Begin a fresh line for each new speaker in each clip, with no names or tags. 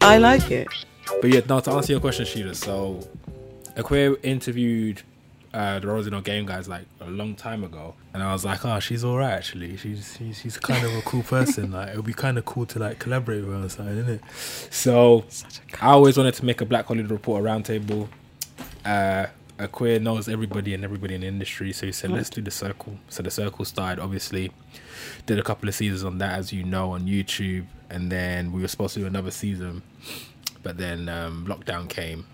I like it.
But yeah, now to answer your question, Sheila. So, Aquia interviewed uh, the Rosino Game guys like a long time ago, and I was like, oh, she's all right actually. She's she's, she's kind of a cool person. like, it would be kind of cool to like collaborate with her or something, isn't it? So, I always wanted to make a Black Hollywood Report roundtable. Uh, Aquia knows everybody and everybody in the industry, so he said, let's do the circle. So the circle started, obviously. Did a couple of seasons on that, as you know, on YouTube, and then we were supposed to do another season but then um, lockdown came,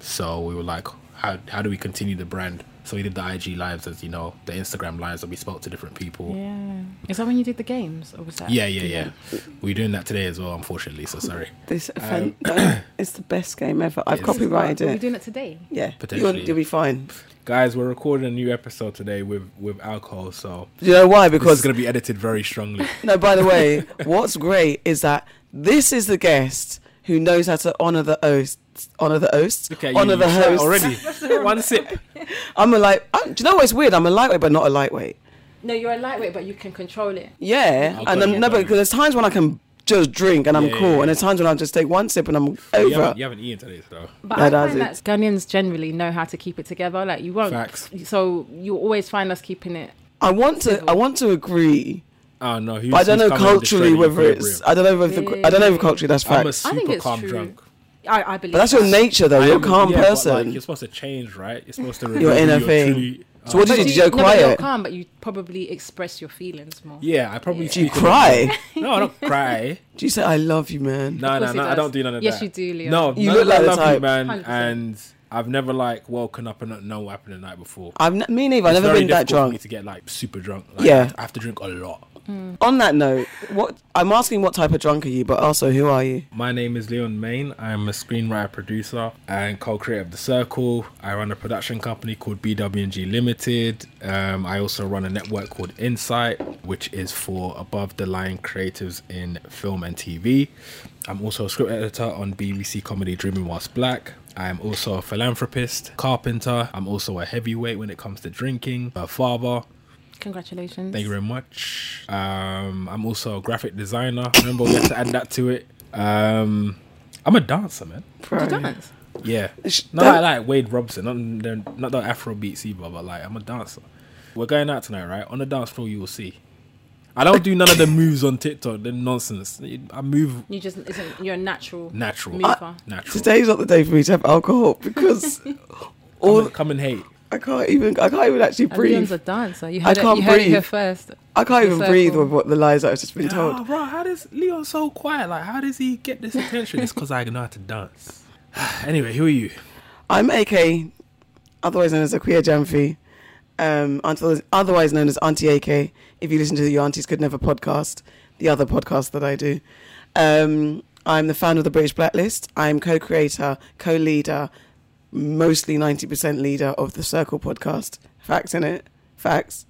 so we were like, how how do we continue the brand? So we did the IG lives, as you know, the Instagram lives, and we spoke to different people.
Yeah. Is that when you did the games, or was that?
Yeah, yeah, yeah. We're doing that today as well, unfortunately. So sorry.
This fan- it's the best game ever. I've
This is
copyrighted
Are we
it.
doing it today?
yeah, you'll,
Potentially.
you'll be fine.
Guys, we're recording a new episode today with with alcohol, so
Do you know why?
it's
Because
gonna be edited very strongly.
no. By the way, what's great is that this is the guest who knows how to honor the host, honor the host,
Look at
honor
you,
the
you shout
host.
already. One sip.
I'm a light. I'm, do you know what's weird? I'm a lightweight, but not a lightweight.
No, you're a lightweight, but you can control it.
Yeah, and
I'll put it
I'm,
in
no,
my-
because there's times when I can just drink and I'm
Yeah, yeah,
cool,
yeah.
and there's times when I just take one sip and I'm over.
You haven't, you haven't eaten today, so
But
That
I
does
find that Ghanaians generally know how to keep it together. Like you won't.
Facts.
So you always find us keeping it.
I want to. I want to agree.
oh no. Who's,
But I don't
who's
know
coming and
culturally
destroying
whether it's.
equilibrium?
I don't know if the, I don't know if culturally that's
I'm
fact.
a
I think
super
it's
calm
true.
drunk.
I, I believe.
but that's your
that.
nature, though.
I
You're a
am-
calm
yeah, but, like,
person.
you're supposed to change, right? You're supposed to.
Your
reveal
inner
your
thing.
truly-
So what did
Oh,
you
But
do? You're
no, but you're
quiet.
calm, but you probably express your feelings more.
Yeah, I probably.
Do you
speak a
cry?
lot- No, I don't cry.
Do you say "I love you, man"?
No,
course
no,
he
no. I
does.
don't do none of
Yes,
that.
you do, Leo.
No,
You
none
look
of
like
that
the
love you,
type.
man.
100%.
And I've never like woken up and not know what happened the night before.
I've n- me neither. I've
It's
never
very
been that
difficult For me
drunk.
to get like super drunk. Like,
Yeah.
I have to drink a lot.
On that note, what I'm asking, what type of drunk are you? But also, who are you?
My name is Leon Main. I'm a screenwriter, producer, and co-creator of The Circle. I run a production company called BWG Limited. Um, I also run a network called Insight, which is for above-the-line creatives in film and TV. I'm also a script editor on BBC comedy Dreaming Whilst Black. I am also a philanthropist, carpenter. I'm also a heavyweight when it comes to drinking, a father,
Congratulations.
Thank you very much. Um, I'm also a graphic designer. Remember, we have to add that to it. Um, I'm a dancer, man.
Did you dance?
Yeah,
Sh-
not
don't-
like, like Wade Robson, not the- not the Afro beats either, but like I'm a dancer. We're going out tonight, right? On the dance floor, you will see. I don't do none of the moves on TikTok. The nonsense. I move
You just isn't. You're a natural.
natural.
Mover.
Natural.
Today's not the day for me to have alcohol because
Come
all
and- come and hate.
I can't even. I can't even actually
And Leon's
breathe.
a dancer. You
I
heard,
can't
it, you heard it here
breathe.
first.
I can't even
It's
breathe
circle.
with what the lies that I've just been told.
Oh, bro, how does Leon so quiet? Like, how does he get this attention? it's because I know how to dance. anyway, who are you?
I'm AK, otherwise known as Aquia Jamfi, um, until- otherwise known as Auntie AK. If you listen to the Your Aunties Could Never podcast, the other podcast that I do, um, I'm the founder of the British Blacklist. I'm co creator, co leader, mostly 90% leader of the Circle podcast. Facts in it. Facts.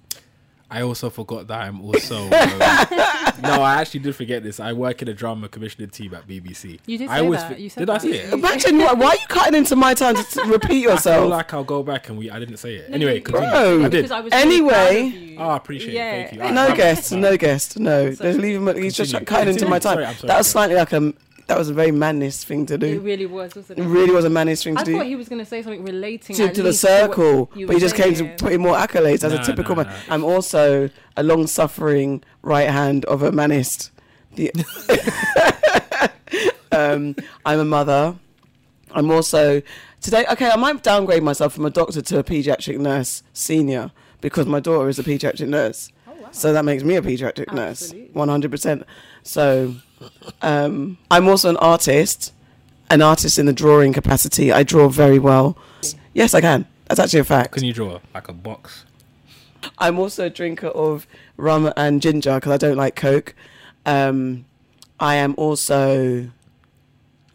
I also forgot that I'm also. um, no, I actually did forget this. I work in a drama commissioning team at BBC.
You did
I
say
always
that.
fi-
You said
did I
that.
say it?
Imagine why, why are you cutting into my time to t- repeat
I feel
yourself?
like I'll go back and we. I didn't say it. Anyway,
you-
continue.
Bro.
I did.
Because I was
Anyway-
really proud of you.
Oh, I appreciate
Yeah.
it. Thank you. All right,
no
I'm-
guest,
I'm-
no guest, no. There's
Sorry.
leaving. He's just
Continue.
cutting into my
Continue.
time.
Sorry, I'm sorry,
that was
I'm
slightly like a. That was a very manliest thing to
It
do.
really was, wasn't
It
it?
really was a manliest thing
I
to do.
thought he was going to say something relating
to,
at
to the
least to what
circle, but
were
he just came to
saying.
put in more accolades as
Nah,
a typical
nah,
man.
nah.
I'm also a long-suffering right hand of a manist. The, um, I'm a mother. I'm also today. Okay, I might downgrade myself from a doctor to a pediatric nurse senior because my daughter is a pediatric nurse. So that makes me a pediatric nurse,
Oh, Absolutely.
one hundred percent. So, um, I'm also an artist, an artist in the drawing capacity. I draw very well. Yes, I can. That's actually a fact.
Can you draw like a box?
I'm also a drinker of rum and ginger because I don't like Coke. Um, I am also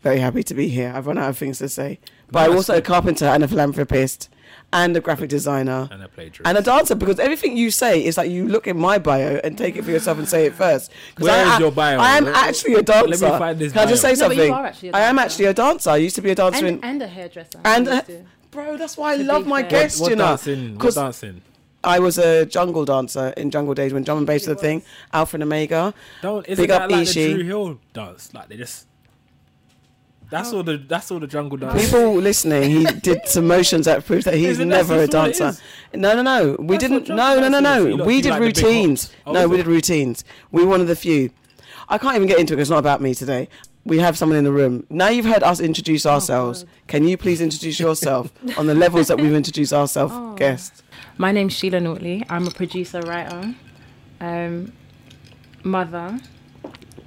very happy to be here. I've run out of things to say. But I'm
Nice.
also a carpenter and a philanthropist and a graphic designer
And I played
and a dancer because everything you say is like you look in my bio and take it for yourself and say it first. 'Cause
Where
I,
is your bio?
I am
Let-
actually a
let me
dancer.
find this
Can I just
bio.
say
No, but
something?
you are actually a
I am
dancer.
actually a dancer. I used to be a dancer
and,
in.
and a hairdresser.
And
He used
a-
to.
Bro, that's why I
To
love
be
my
fair.
guests,
What
you know.
dancing? What
'Cause-
dancing?
I was a jungle dancer in Jungle Days when drum and bass was a thing. Alpha and Omega.
Don't. Isn't
Big
that
up
like
Ishi.
the Drew Hill dance? Like they just.
Oh.
That's all the that's all the jungle dance.
People listening, he did some motions that prove that he's
Isn't that-
never a
that's what it
dancer.
is?
No, no, no. We
That's
didn't.
what
No, no,
jungle
no,
dancing is.
no.
You lot
We
do
did
like the big
routines.
hops. Oh,
No,
is
we
it?
did routines. We were one of the few. I can't even get into it 'cause it's not about me today. We have someone in the room. Now you've heard us introduce
Oh,
ourselves. Can you please introduce yourself on the levels that we've introduced ourselves
Oh.
guests?
My name's Sheila Naughtley. I'm a producer, writer, um, mother.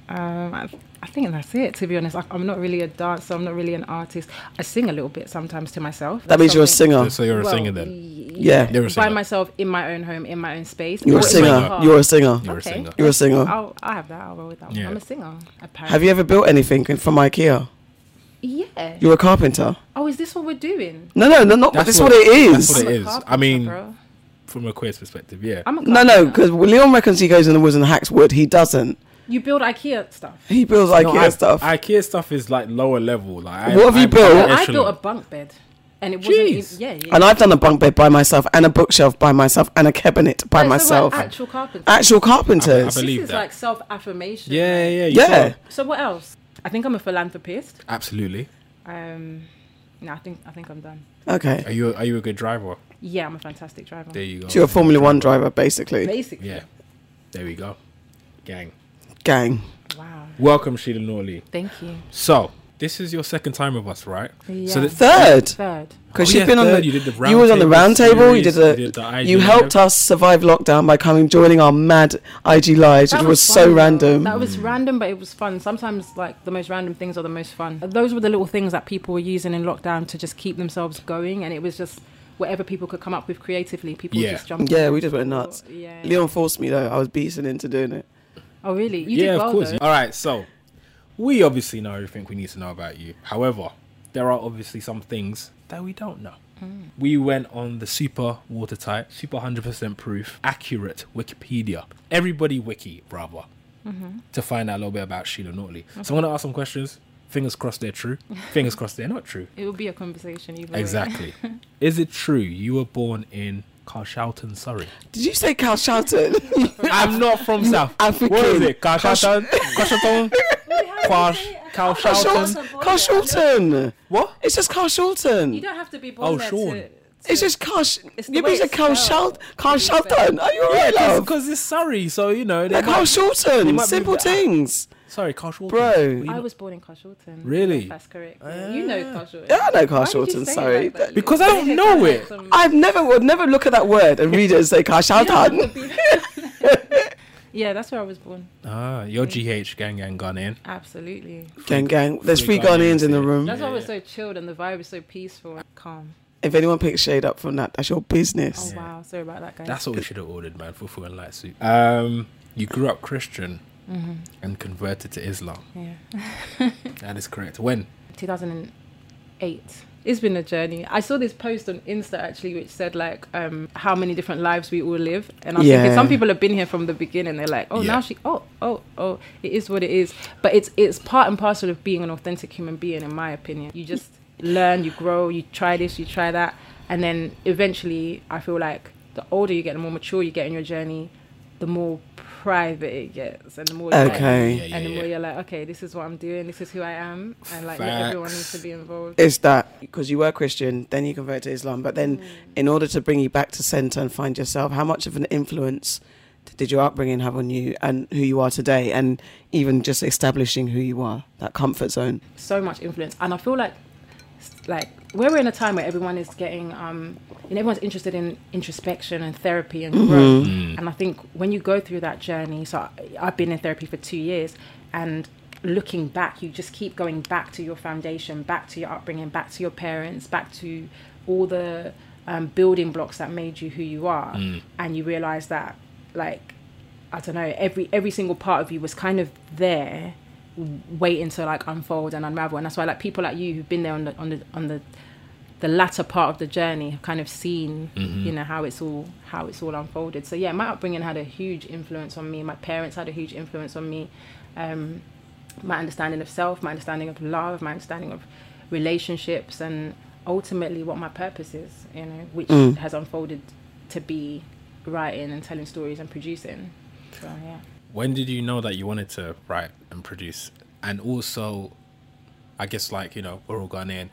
Um, I, I think that's it, to be honest. I, I'm not really a dancer, I'm not really an artist. I sing a little bit sometimes to myself.
That means you're a
something-
singer.
So you're a
Well,
singer then.
Yeah.
You're a
By
singer.
myself, in my own home, in my own space.
You're a
Not in my
singer.
singer.
car.
You're a singer.
You're a
Okay.
singer.
You're a singer.
I'll, I'll have that. I'll roll with that one.
Yeah.
I'm a singer. Apparently.
Have you ever built anything from IKEA?
Yeah.
You're a carpenter.
oh, is this what we're doing?
No, no, no, not.
That's
That's what,
what-
it
that's
is.
what it
I'm a
is. I
carpenter,
mean-
bro.
From a queer's perspective, yeah.
I'm a
No, no,
carpenter.
because Leon reckons he goes in the woods and hacks wood. He doesn't.
you build IKEA stuff.
He builds
No,
IKEA
I-
stuff.
IKEA stuff is like lower level. Like I,
What have you
I'm-
built?
I'm
I
echelon.
built a bunk bed, and it wasn't.
Jeez.
Even, yeah, yeah.
and I've done a bunk bed by myself, and a bookshelf by myself, and a cabinet by
No, so we're
myself.
actual carpenter.
Actual carpenters.
I believe
this is
that.
like self affirmation.
yeah, yeah, you
yeah.
saw-
So what else? I think I'm a philanthropist.
absolutely.
Um, no, I think I think I'm done.
Okay.
Are you are you a good driver?
Yeah, I'm a fantastic driver.
There you go.
So you're a Formula One driver, basically.
Basically.
Yeah, there we go, gang.
Gang.
Wow.
Welcome, Sheila Norley.
Thank you.
So this is your second time with us, right? So
Yeah.
the
Third.
Third.
Because
Oh,
you've
yeah,
been on
third.
the,
You did the round
you was on the
table
round table. You did
series,
the.
you
You,
did the IG
helped us survive lockdown by coming joining our mad IG lives,
That
which was, so
fun, though.
random.
That was random, but it was fun. Sometimes, like the most random things are the most fun. Those were the little things that people were using in lockdown to just keep themselves going, and it was just whatever people could come up with creatively. People
Yeah.
just jumped.
yeah,
on.
we just went nuts.
Yeah.
Leon forced me though. I was beaten into doing it.
Oh, really? You
yeah,
did well,
of course.
Though.
All right, so we obviously know everything we need to know about you. However, there are obviously some things that we don't know.
Mm.
We went on the super watertight, super 100% proof, accurate Wikipedia, everybody wiki, rather,
Mm-hmm.
to find out a little bit about Sheila Naughtley. So I'm going to ask some questions. Fingers crossed they're true. Fingers crossed they're not true.
It would be a conversation either way.
Exactly. Is it true you were born in Carshalton, Surrey?
Did you say Cal Shelton?
I'm not from South.
African.
What is it? Carshalton? Carshalton? Quash? Carshalton?
Carl Shulton.
What?
It's just Carl
You
Shulton.
don't have to be born
Oh,
there
Sean.
to.
It's just Carl. Sh-
It's the
you
way
mean it's
it's
Carl
spelled.
Shulton? Carl
It's the way it's
Shulton. Are you alright, love?
Because it's Surrey, so you know. They
They're Carl
might, they might
Shulton.
move
Simple
that.
things.
sorry, Carshalton.
Bro.
Were you
I
not-
was born in Carshalton.
Really?
That's correct. you know Carshalton.
Yeah, I know Carl
Why did you
Shulton.
say it
Sorry.
like that?
That-
Because I don't
You
know
did
it.
some-
I've never would never look at that word and read it and say Carl Shulton.
Yeah, that's where I was born.
Ah, your GH gang gang gone in.
Absolutely.
gang, gang. There's
Three
three Ghanaians
Ghanaians
in the
here.
room.
That's why we're so chilled and the vibe is so peaceful and calm.
If anyone picks shade up from that, that's your
Oh
business.
wow, sorry about that, guys.
That's what we should have ordered, man. Fufu and light soup. Um, you grew up Christian and converted to Islam.
Mm-hmm. yeah.
That is correct. When?
2008. It's been a journey. I saw this post on Insta actually, which said like um, how many different lives we all live, and I was
Yeah.
thinking some people have been here from the beginning. They're like, oh,
Yeah.
now she, oh, oh, oh, it is what it is. But it's it's part and parcel of being an authentic human being, in my opinion. You just learn, you grow, you try this, you try that, and then eventually, I feel like the older you get, the more mature you get in your journey, the more private it gets, and the more you're like,
Okay.
Yeah, yeah,
and the
yeah.
more you're like, okay, this is what I'm doing, this is who I am, and like yeah, everyone needs to be involved.
It's that because you were Christian, then you convert to Islam, but then
Mm.
in order to bring you back to center and find yourself, how much of an influence did your upbringing have on you and who you are today, and even just establishing who you are, that comfort zone?
So much influence, and I feel like, like we're in a time where everyone is getting, um, and everyone's interested in introspection and therapy
Mm-hmm.
and growth.
Mm.
And I think when you go through that journey, so I, I've been in therapy for two years, and looking back, you just keep going back to your foundation, back to your upbringing, back to your parents, back to all the um, building blocks that made you who you are,
Mm,
and you realize that, like, I don't know, every every single part of you was kind of there w- waiting to like unfold and unravel and that's why like people like you who've been there on the on the on the the latter part of the journey have kind of seen
mm-hmm.
you
Mm.
know how it's all how it's all unfolded so yeah my upbringing had a huge influence on me my parents had a huge influence on me um my understanding of self my understanding of love my understanding of relationships and ultimately what my purpose is you know which has unfolded to be writing and telling stories and producing so yeah
When did you know that you wanted to write and produce? And also, I guess like you know we're all Ghanaian.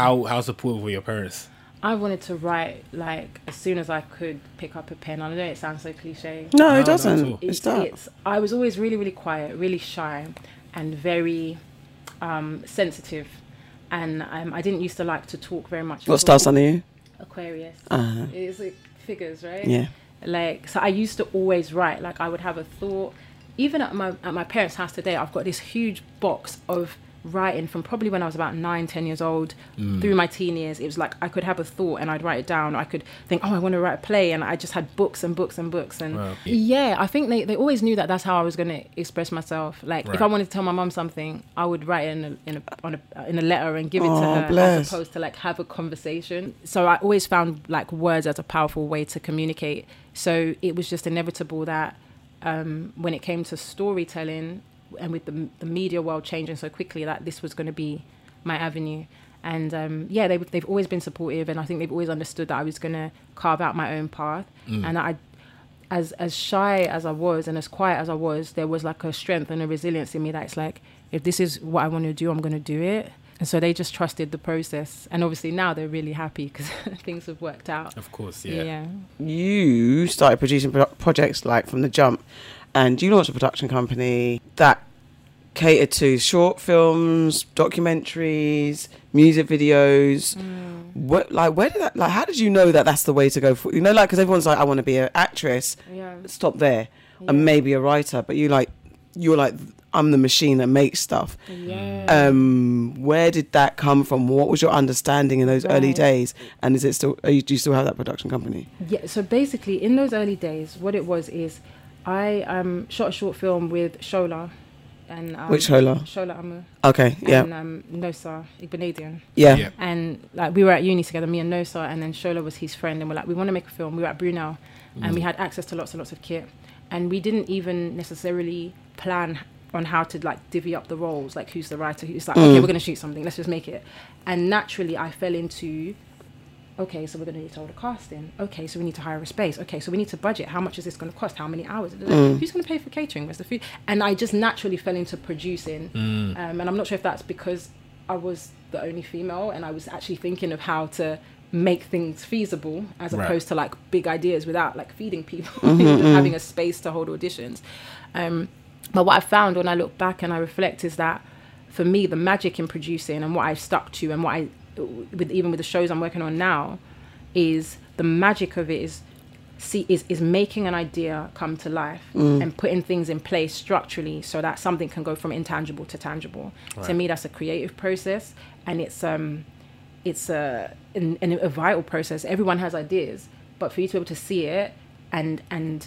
How how supportive were your parents?
I wanted to write like as soon as I could pick up a pen. I know it sounds so cliche.
No,
No,
it
not at
doesn't.
all.
It's that.
it's I was always really really quiet, really shy, and very um, sensitive. And um, I didn't used to like to talk very much.
What stars under you?
Aquarius.
Uh,
It's like figures, right?
yeah.
like so i used to always write like i would have a thought even at my at my parents house today i've got this huge box of writing from probably when i was about nine ten years old
Mm.
through my teen years it was like i could have a thought and i'd write it down i could think oh i want to write a play and i just had books and books and books and
Wow.
yeah i think they, they always knew that that's how i was going to express myself like if i
Right. wanted
wanted to tell my mum something i would write it in a, in a, on a, in a letter and give it to
Aw,
her
bless.
as opposed to like have a conversation. So I always found like words as a powerful way to communicate. So it was just inevitable that um, when it came to storytelling and with the, the media world changing so quickly, that this was going to be my avenue. And um, yeah, they, they've always been supportive, and I think they've always understood that I was going to carve out my own path,
Mm.
and I as as shy as I was and as quiet as I was, there was like a strength and a resilience in me that's like, if this is what I want to do, I'm going to do it. And so they just trusted the process. And obviously now they're really happy because things have worked out.
Of course,
Yeah.
yeah.
You started producing pro- projects like from the jump, and you launched a production company that catered to short films, documentaries, music videos. What, like, where did that? Like, how did you know that that's the way to go for? You know, like, because everyone's like, I want to be an actress.
Yeah.
Stop there, and maybe a writer. But you like, you're like, I'm the machine that makes stuff.
Yeah.
um where did that come from what was your understanding in those early
Right.
days and is it still are you, do you still have that production company
Yeah, so basically, in those early days, what it was is I um, shot a short film with Shola. And, um,
Which Shola?
Shola Amu.
okay yeah
And um, Nosa Igbinadian.
yeah
Yeah.
and like we were at uni together, me and Nosa, and then Shola was his friend, and we're like, we want to make a film. We were at Brunel, and we had access to lots and lots of kit, and we didn't even necessarily plan on how to like divvy up the roles, like who's the writer, who's like, okay, we're gonna shoot something, let's just make it. And naturally, I fell into okay, so we're going to need to order casting. Okay, so we need to hire a space. Okay, so we need to budget. How much is this going to cost? How many hours? Who's going to pay for catering? Where's the food? And I just naturally fell into producing.
Mm.
Um, and I'm not sure if that's because I was the only female and I was actually thinking of how to make things feasible as
Right.
opposed to like big ideas without like feeding people and just having a space to hold auditions. Um, but what I found when I look back and I reflect is that for me, the magic in producing and what I've stuck to and what I, with even with the shows I'm working on now, is the magic of it is see is is making an idea come to life and putting things in place structurally so that something can go from intangible to tangible. To
Right.
me, that's a creative process, and it's um, it's a an, an, a vital process. Everyone has ideas, but for you to be able to see it and and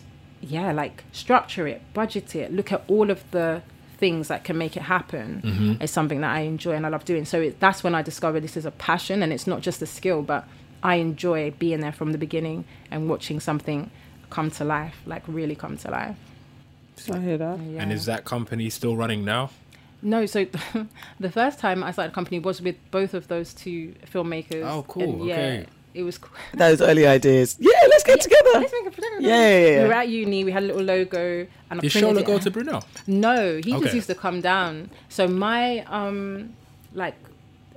yeah, like structure it, budget it, look at all of the things that can make it happen
Mm-hmm.
is something that I enjoy and I love doing. So it, that's when I discovered this is a passion and it's not just a skill, but I enjoy being there from the beginning and watching something come to life, like really come to life.
i hear that
Yeah.
And is that company still running now?
No, so the first time I started a company was with both of those two filmmakers.
Oh, cool, okay.
It was cool.
those early ideas yeah let's get together
Let's make a production.
Yeah, yeah, yeah.
We were at uni. We had a little logo, and I
Did
printed
Shola
it.
go to Brunel?
No, he just
Okay.
used to come down. So my um, like.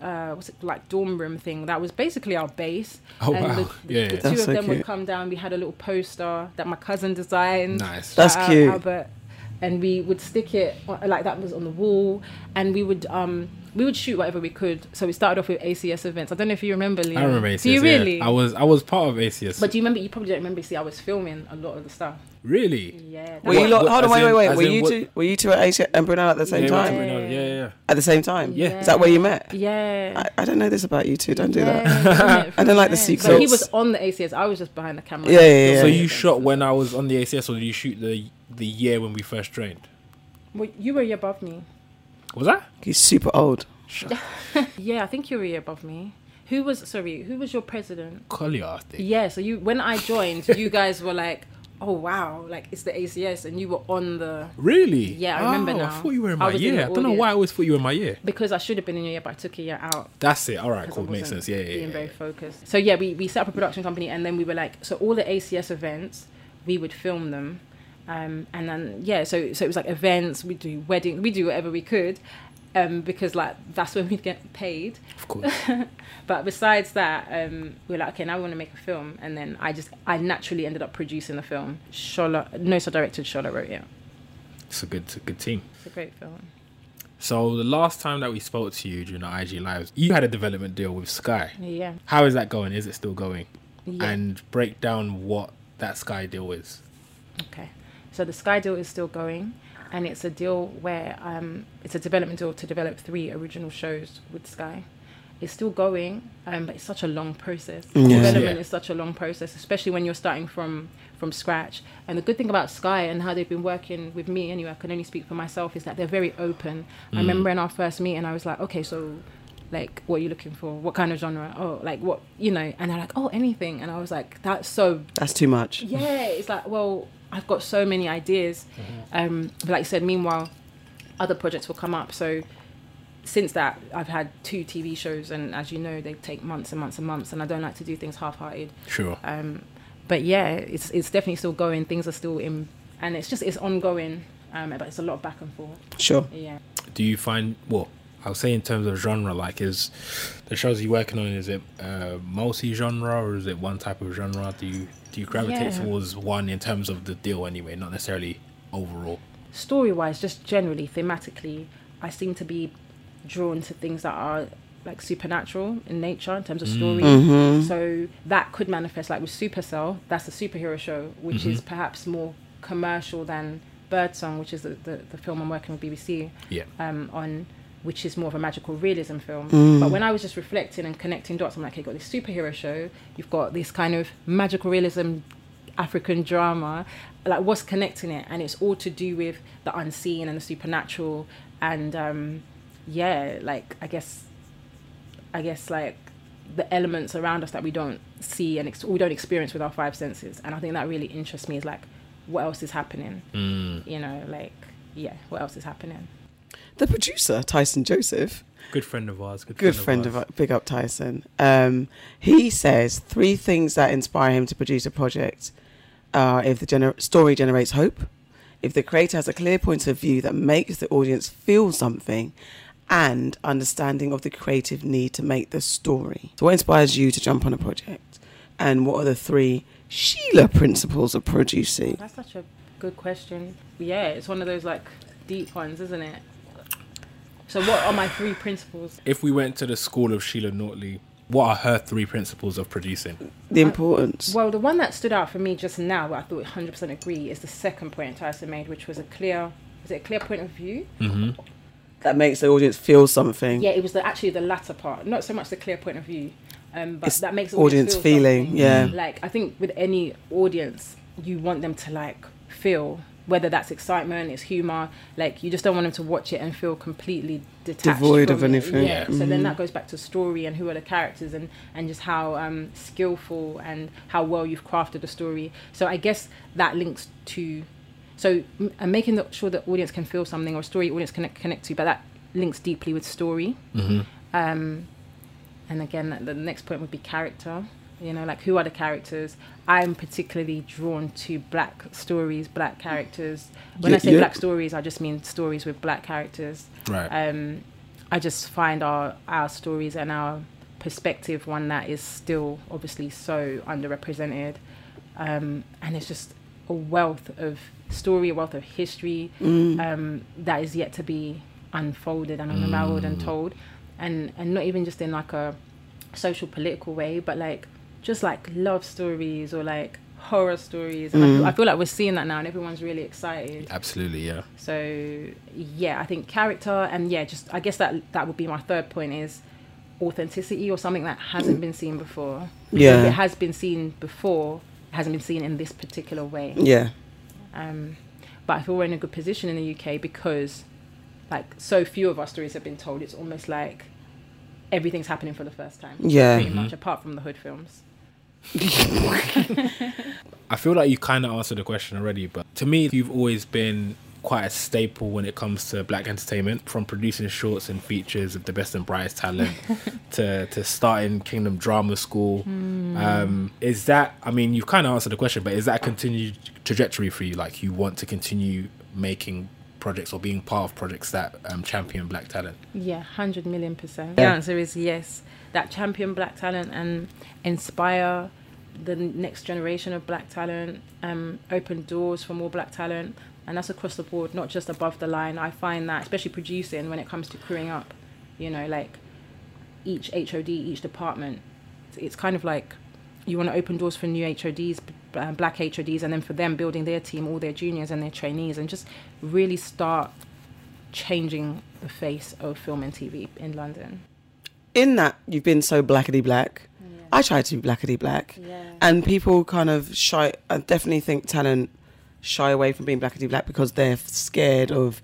Uh, what's it like dorm room thing that was basically our base
Oh,
and
wow.
the, the
Yeah, yeah.
two
That's
of
so
them would
cute.
come down we had a little poster that my cousin designed
Nice.
That's
Shout out
cute.
Albert. and we would stick it on- like that was on the wall and we would um we would shoot whatever we could so we started off with ACS events I don't know if you remember Liam.
I remember ACS.
do you
yeah.
really
I was I was part of ACS.
but do you remember you probably don't remember see I was filming a lot of the stuff
really?
yeah
were you
What-
lot,
what-
hold on
as
wait wait
in-
wait
as
were
in
you
what-
two were you two at asia and brunel at the same
Yeah,
time
we were to Brunel, Yeah, yeah.
at the same time
Yeah.
is that where you met
yeah
I, I don't know this about you two don't do that
that.
I don't like the
So he
secrets.
was on the ACS. I was just behind the camera.
Yeah, yeah, yeah.
So you shot when I was on the ACS, or did you shoot the the year when we first trained?
Well, you were a year above me.
Was that?
he's super old
Yeah, I think you were a year above me. Who was sorry? Who was your president?
Collier, I think.
Yeah. So you, when I joined, you guys were like, "Oh wow, like it's the ACS," and you were on the
Really?
Yeah, I remember
oh, I
now.
thought you were in
I
my
was in
year.
the
I don't know why I always thought you were in my year.
because I should have been in your year, but I took a year out.
That's it. All right,
'cause
cool.
I
Makes
wasn't
sense. Yeah, yeah,
Being
yeah.
very focused. So yeah, we, we set up a production company, and then we were like, so all the ACS events, we would film them, um, and then yeah, so so it was like events. We do wedding, we do whatever we could, um, because like that's when we get paid.
Of course.
But besides that, um, we were like, okay, now we want to make a film, and then I just I naturally ended up producing the film. Shola, no, so directed Shola wrote it.
It's a good, it's a good team.
It's a great film.
So the last time that we spoke to you during our IG lives, you had a development deal with Sky.
Yeah.
How is that going? Is it still going?
Yeah.
And break down what that Sky deal is.
Okay. So the Sky deal is still going, and it's a deal where um, it's a development deal to develop three original shows with Sky. It's still going, um, but it's such a long process. Development
Yeah.
is such a long process, especially when you're starting from from scratch. And the good thing about Sky and how they've been working with me, anyway, I can only speak for myself, is that they're very open.
Mm.
I remember in our first meeting, I was like, okay, so like what are you looking for what kind of genre oh like what you know and they're like oh anything and i was like that's so
That's too much.
yeah, it's like, well, I've got so many ideas. Um, but like you said, meanwhile, other projects will come up. So since that, I've had two TV shows, and as you know, they take months and months and months, and I don't like to do things half-hearted.
Sure.
Um, but yeah, it's it's definitely still going. Things are still in, and it's just it's ongoing. Um, but it's a lot of back and forth.
Sure.
Yeah.
Do you find well? I'll say in terms of genre, like is the shows you're working on is it uh, multi-genre or is it one type of genre? Do you do you gravitate
Yeah.
towards one in terms of the deal anyway, not necessarily overall?
story wise, just generally, thematically, I seem to be drawn to things that are like supernatural in nature in terms of story. So that could manifest like with Supercell, that's a superhero show, which is perhaps more commercial than Birdsong, which is the, the, the film I'm working with BBC
Yeah.
um, on, which is more of a magical realism film.
Mm.
But when I was just reflecting and connecting dots, I'm like, okay, you've got this superhero show, you've got this kind of magical realism African drama. Like, what's connecting it? And it's all to do with the unseen and the supernatural. And um, yeah, like, I guess, I guess, like, the elements around us that we don't see and ex- we don't experience with our five senses. And I think that really interests me is like, what else is happening?
Hmm.
You know, like, yeah, what else is happening?
The producer, Tyson Joseph,
Good friend of ours. Good,
good friend of ours, big up Tyson, um, he says three things that inspire him to produce a project are if the gener- story generates hope, if the creator has a clear point of view that makes the audience feel something, and understanding of the creative need to make the story. So, what inspires you to jump on a project? And what are the three Sheila principles of producing?
That's such a good question. Yeah, it's one of those like deep ones, isn't it? So, what are my three principles?
If we went to the school of Sheila Notley, what are her three principles of producing?
The importance.
Well, the one that stood out for me just now, where I thought 100% agree, is the second point Tyson made, which was a clear, was it a clear point of view?
Mm-hmm.
That makes the audience feel something.
Yeah, it was the, actually the latter part, not so much the clear point of view, um, but
It's
that makes the
audience feeling,
something.
yeah.
Mm. Like I think with any audience, you want them to like feel whether that's excitement, it's humor. Like you just don't want them to watch it and feel completely detached,
Devoid of
from it.
anything. Mm-hmm.
Yeah. So then that goes back to story and who are the characters and and just how um, skillful and how well you've crafted the story. So I guess that links to. So, m- and making the, sure the audience can feel something or a story audience can connect to, but that links deeply with story.
Mm-hmm.
Um, And again, the next point would be character. You know, like who are the characters? I'm particularly drawn to black stories, black characters. When I
Yeah,
say
yeah.
black stories, I just mean stories with black characters.
Right.
Um, I just find our our stories and our perspective one that is still obviously so underrepresented, um, and it's just a wealth of story, a wealth of history um, that is yet to be unfolded and unraveled and told, and and not even just in like a social political way, but like just like love stories or like horror stories, and I, feel, I feel like we're seeing that now, and everyone's really excited.
Absolutely, yeah.
So yeah, I think character and yeah, just I guess that that would be my third point is authenticity or something that hasn't been seen before.
Yeah.
If it has been seen before, it hasn't been seen in this particular way.
Yeah.
Um, but I feel we're in a good position in the UK because like so few of our stories have been told. It's almost like everything's happening for the first time.
Yeah.
Pretty much apart from the hood films.
I feel like you kind of answered the question already, but to me, you've always been quite a staple when it comes to black entertainment from producing shorts and features of the best and brightest talent to, to starting Kingdom Drama School. Um, is that, I mean, you've kind of answered the question, but is that a continued trajectory for you? Like, you want to continue making projects or being part of projects that um, champion black talent?
Yeah, 100 million percent. The answer is yes. That champion black talent and inspire the next generation of black talent, um, open doors for more black talent. And that's across the board, not just above the line. I find that, especially producing, when it comes to crewing up, you know, like each HOD, each department, it's, it's kind of like you want to open doors for new HODs, b- uh, black HODs, and then for them building their team, all their juniors and their trainees, and just really start changing the face of film and TV in London.
in that you've been so blackety black. I tried to be blackety black,
Yeah.
and people kind of shy. I definitely think talent shy away from being blackety black because they're scared of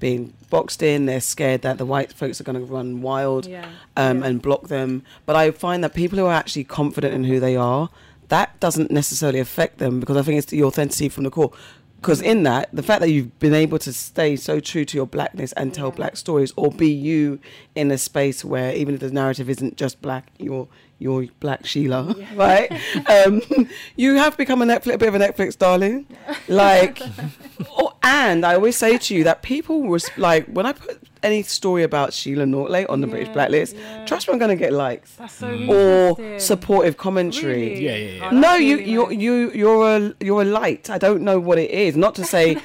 being boxed in. They're scared that the white folks are going to run wild
Yeah.
um,
Yeah.
and block them. But I find that people who are actually confident in who they are, that doesn't necessarily affect them because I think it's the authenticity from the core. Because in that, the fact that you've been able to stay so true to your blackness and tell black stories, or be you in a space where even if the narrative isn't just black, you're you're black Sheila, right? um, you have become a Netflix, a bit of a Netflix darling. Like, oh, and I always say to you that people was like when I put any story about Sheila Nortley on the British
Yeah,
blacklist,
yeah.
trust me, I'm gonna get likes
That's so Oh,
or supportive commentary.
Really? Yeah, yeah, yeah.
No, you you you you're a you're a light. I don't know what it is. Not to say,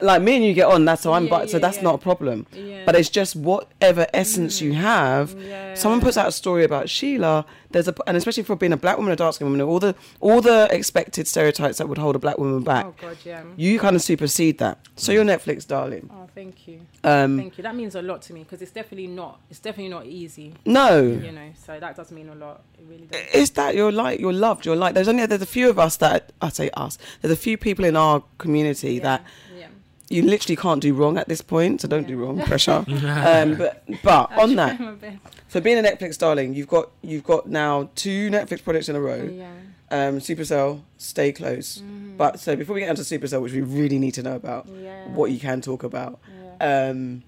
like me and you get on. That's how I'm.
Yeah,
but so
yeah,
that's
yeah.
not a problem.
Yeah. Mm.
But it's just whatever essence you have. Someone puts out a story about Sheila. There's a and especially for being a black woman, a dark skinned woman, all the all the expected stereotypes that would hold a black woman back.
Oh God, yeah.
You kind of supersede that. So you're Netflix, darling.
Oh, thank you,
Um,
thank you. That means a lot to me because it's definitely not. It's definitely not easy,
no.
you know. So that does mean a lot. It really does.
It's that you're like you're loved you're like there's only there's a few of us that I say us there's a few people in our community that
Yeah.
you literally can't do wrong at this point so don't do wrong pressure
Uh,
um, but but on that
My best.
so being a Netflix darling you've got you've got now two Netflix products in a row
Yeah. Mm-hmm.
um, Supercell Stay Close but so before we get into Supercell which we really need to know about
Mm. Yeah.
what you can talk about
Yeah.
um,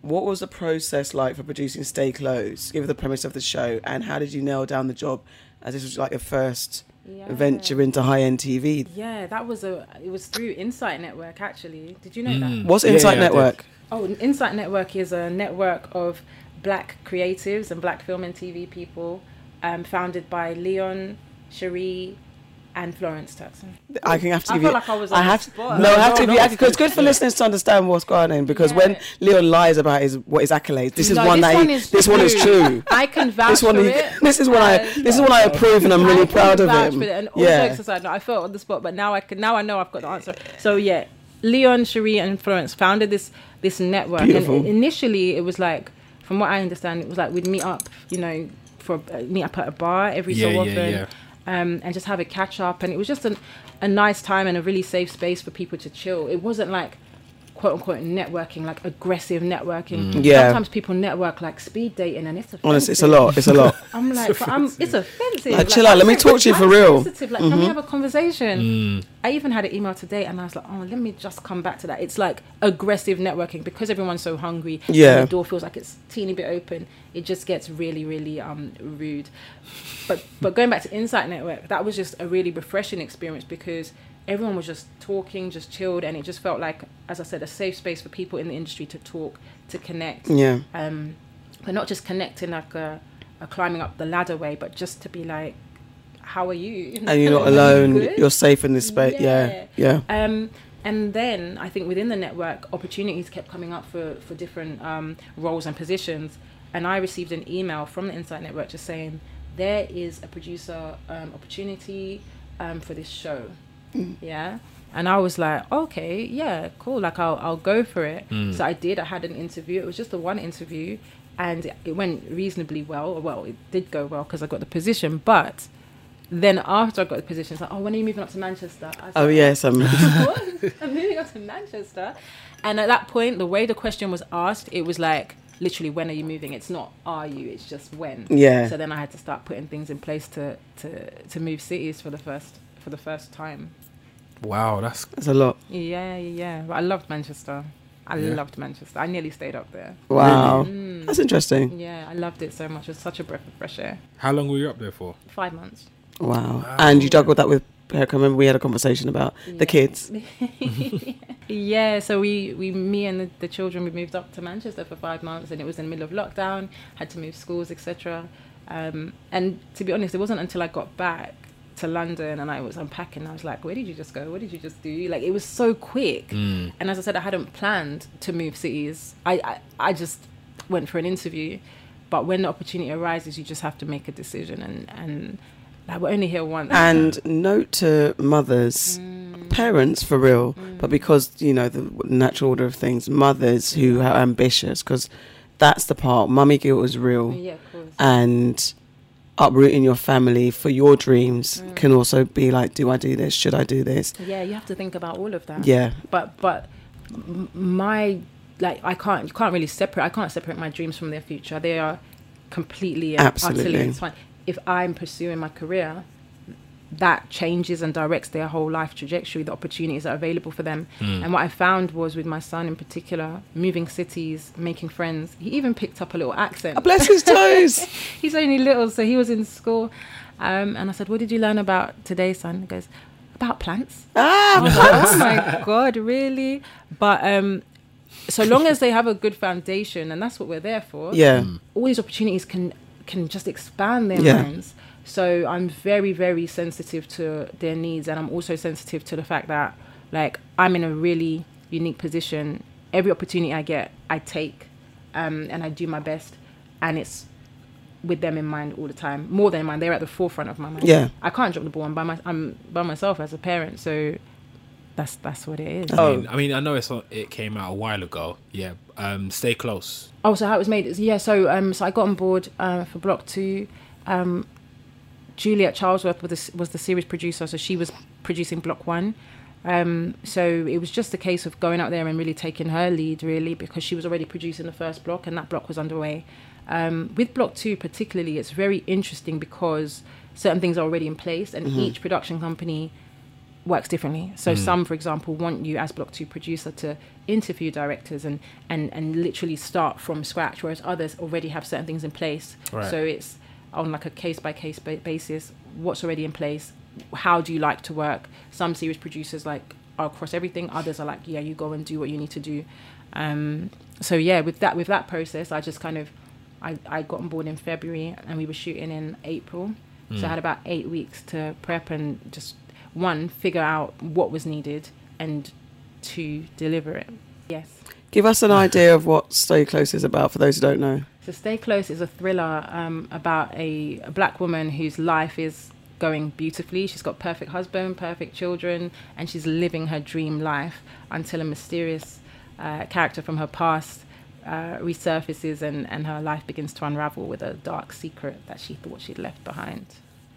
what was the process like for producing Stay Close? Give us the premise of the show, and how did you nail down the job? As this was like your first
Yeah.
venture into high-end TV.
Yeah, that was a. It was through Insight Network actually. Did you know that?
What's
Yeah,
Insight
yeah, I did.
Network?
Oh, and Insight Network is a network of black creatives and black film and TV people, um, founded by Leon, Cherie, and Florence Turkson.
I can have to
I
give
feel
you.
like I was on the
have to,
spot.
no, I have
No,
to
no,
be
it's
because it's good for
good.
listeners to understand what's going on. Because
Yeah.
when Leon lies about his what his accolades, this is
No,
one that he,
is
this one is true.
I can vouch
This one,
for
he,
it.
this is what I,
and-
this is what I approve, and I'm really
I can
proud of
vouch
him.
for it, and all
yeah,
jokes aside, no, I felt on the spot, but now I can. Now I know I've got the answer. So yeah, Leon, Cherie, and Florence founded this this network.
Beautiful.
And i- initially, it was like, from what I understand, it was like we'd meet up, you know, for a- meet up at a bar every so
Yeah,
often.
yeah, yeah.
Um, and just have a catch up, and it was just an, a nice time and a really safe space for people to chill. It wasn't like quote unquote networking, like aggressive networking.
Mm. Yeah.
Sometimes people network like speed dating, and it's offensive.
honestly, it's a lot. It's a lot.
I'm like, but I'm, it's offensive.
Like, chill out, let me talk to you for
I'm
real.
sensitive, Like, can we have a conversation? I even had an email today, and I was like, oh, let me just come back to that. It's like aggressive networking because everyone's so hungry. and
Yeah.
the door feels like it's teeny bit open. It just gets really, really um rude. But but going back to Insight Network, that was just a really refreshing experience because everyone was just talking, just chilled, and it just felt like, as I said, a safe space for people in the industry to talk, to connect
Yeah,
um, but not just connecting like a, a climbing up the ladder way, but just to be like, how are you?
and you're not
Are you
alone.
good?
You're safe in this space. Yeah, yeah.
Um, and then I think within the network, opportunities kept coming up for, for different um, roles and positions. And I received an email from the Insight Network just saying, there is a producer um, opportunity um, for this show.
Mm.
Yeah. And I was like, okay, yeah, cool. Like, I'll, I'll go for it. So
Mm.
I did. I had an interview. It was just the one interview. And it- it went reasonably well. Well, it did go well because I got the position. But then after I got the position, it's like, oh, when are you moving up to Manchester? I was
Oh
like,
yes, um,
what? I'm moving up to Manchester. And at that point, the way the question was asked, it was like, literally, when are you moving? It's not are you, it's just when.
Yeah.
So then I had to start putting things in place to, to, to move cities for the first for the first time.
Wow, that's
that's a lot.
Yeah, yeah, yeah. But I loved Manchester. I
Yeah.
loved Manchester. I nearly stayed up there. Mm.
Wow, that's interesting.
Yeah, I loved it so much. It was such a breath of fresh air.
how long were you up there for?
Five months.
Wow. and you juggled that with Erica, I remember we had a conversation about the kids.
Yeah, so we, we me and the, the children we moved up to Manchester for five months, and it was in the middle of lockdown. Had to move schools, etc. Um, and to be honest, it wasn't until I got back to London and I was unpacking, I was like, "Where did you just go? What did you just do?" Like it was so quick. And as I said, I hadn't planned to move cities. I I, I just went for an interview, but when the opportunity arises, you just have to make a decision. And and like, we're only here once. Mm.
And note to mothers, parents for real, but because you know the natural order of things, mothers who are ambitious because that's the part. Mummy guilt is real,
yeah, of course.
and uprooting your family for your dreams
Mm.
can also be like, do I do this? Should I do this?
yeah, you have to think about all of that.
Yeah,
but but m- my like I can't you can't really separate I can't separate my dreams from their future. They are completely and
Absolutely.
utterly entwined. If I'm pursuing my career, that changes and directs their whole life trajectory, the opportunities that are available for them. And what I found was with my son in particular, moving cities, making friends. He even picked up a little accent
bless his toes.
he's only little, so he was in school. Um, and I said, What did you learn about today, son? He goes, About plants. I
Ah!
was like, oh my God, really? But um, so long as they have a good foundation, and that's what we're there for,
yeah,
all these opportunities can, can just expand their
Yeah.
minds. So I'm very, very sensitive to their needs. And I'm also sensitive to the fact that, like, I'm in a really unique position. Every opportunity I get, I take um, and I do my best. And it's with them in mind all the time, more than in mind. They're at the forefront of my mind.
Yeah.
I can't drop the ball. I'm by my, I'm by myself as a parent, so that's that's what it is.
I mean, I mean, I know it's not, it came out a while ago. Yeah. Um, stay close.
Oh, so how it was made? is- Yeah, so um, so I got on board uh, for Block Two. Um, Juliet Charlesworth was the, s- was the series producer, so she was producing Block One. Um, so it was just a case of going out there and really taking her lead, really, because she was already producing the first block, and that block was underway. Um, with Block Two, particularly, it's very interesting because certain things are already in place, and each production company works differently. So some, for example, want you as Block Two producer to interview directors and and and literally start from scratch, whereas others already have certain things in place.
Right.
So it's on like a case by case ba- basis. What's already in place? How do you like to work? Some series producers like are across everything. Others are like, yeah, you go and do what you need to do. Um, so yeah, with that with that process, I just kind of I, I got on board in February and we were shooting in April.
Mm.
So I had about eight weeks to prep and just one, figure out what was needed and two, deliver it. Yes.
Give us an idea of what Stay Close is about for those who don't know.
So Stay Close is a thriller um, about a, a black woman whose life is going beautifully. She's got perfect husband, perfect children, and she's living her dream life until a mysterious uh, character from her past uh, resurfaces and, and her life begins to unravel with a dark secret that she thought she'd left behind.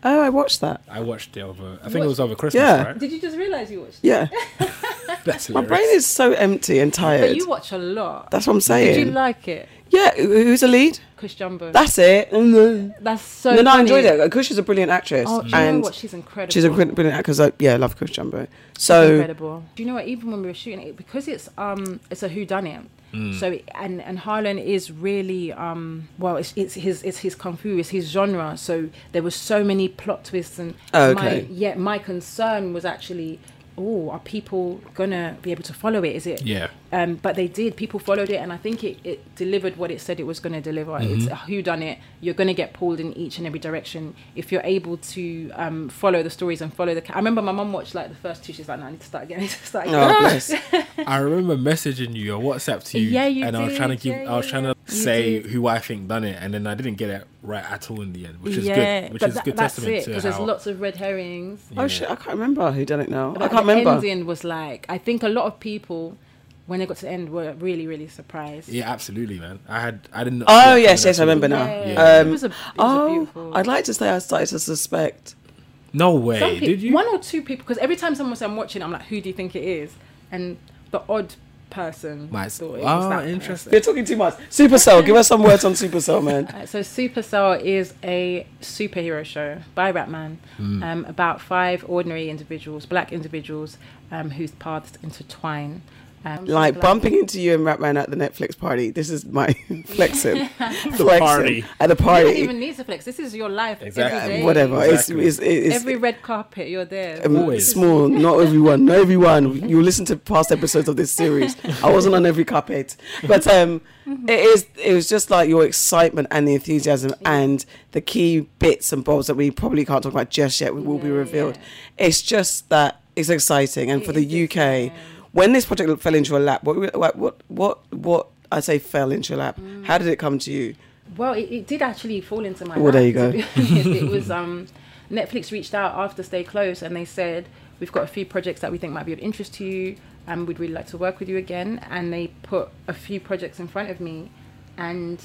Oh, I watched that.
I watched it over, I think it
What?
was over Christmas,
Yeah.
right?
Did you just realize you watched
Yeah,
That's
my brain is so empty and
But
tired.
you watch a lot.
That's what I'm
Did you
saying.
like it?
Yeah, who- who's the lead?
Chris Jumbo.
That's it. And then-
That's so.
no, no, I
funny.
enjoyed it. Kush is a brilliant actress,
Oh, do you know
and
what? She's incredible.
she's a brilliant, brilliant actress. I, yeah, I love Kush Jumbo. So
incredible. Do you know what? Even when we were shooting it, because it's um, it's a whodunit.
Mm.
So it- and and Harlan is really um well it's it's his it's his kung fu it's his genre so there were so many plot twists and
Oh,
my,
okay.
yeah my concern was actually oh are people gonna be able to follow it is it
Yeah.
um, but they did. People followed it, and I think it, it delivered what it said it was going to deliver. It's
Mm-hmm.
a who done it. You're going to get pulled in each and every direction if you're able to um, follow the stories and follow the. Ca- I remember my mum watched like the first two. She's like, "No, I need to start again. I need to start again."
Oh, bless.
I remember messaging you or WhatsApp to you,
Yeah, you
and I was
did,
trying to give,
yeah,
I was trying to
yeah. You
say
did.
who I think done it, and then I didn't get it right at all in the end, which is good, which
but
is
that-
good
that's
testament
it
to how.
because there's lots of red herrings.
Oh shit, I can't remember who done it now. I
But
can't
the
remember.
Ending was like I think a lot of people when they got to the end were really really surprised.
yeah, absolutely, man. I had, I didn't.
Oh yes, yes, I remember now.
Yeah,
Yeah.
it was a, it was a
Oh,
beautiful.
I'd like to say I started to suspect.
No way,
Some peop-
did you?
One or two people, because every time someone says I'm watching, I'm like, who do you think it is? And the odd person
My-
thought it was
oh,
that
interesting.
You're talking too much. Supercell, give us some words on Supercell, man.
person. Uh, so Supercell is a superhero show by Ratman
Hmm.
um, about five ordinary individuals, black individuals, um, whose paths intertwine. Um,
Like bumping into you and Ratman at the Netflix party. This is my flexing. flexing
party.
At the
You
party.
don't even need to flex. This is your life.
Exactly.
Uh,
Every day.
whatever.
Exactly.
It's, it's, it's,
Every red carpet, you're there.
um,
Always.
small. Not everyone. Not everyone. You listen to past episodes of this series. I wasn't on every carpet, but um,
Mm-hmm.
it is. It was just like your excitement and the enthusiasm and the key bits and bobs that we probably can't talk about just yet. Will be
Yeah,
revealed. It's just that it's exciting, and
It
for the
is
UK, when this project fell into your lap, what what what what, what I say fell into your lap.
Mm.
How did it come to you?
Well, it, it did actually fall into my.
Well, there you
lap,
go.
to be honest. it was um, Netflix reached out after Stay Close and they said we've got a few projects that we think might be of interest to you, and we'd really like to work with you again. And they put a few projects in front of me, and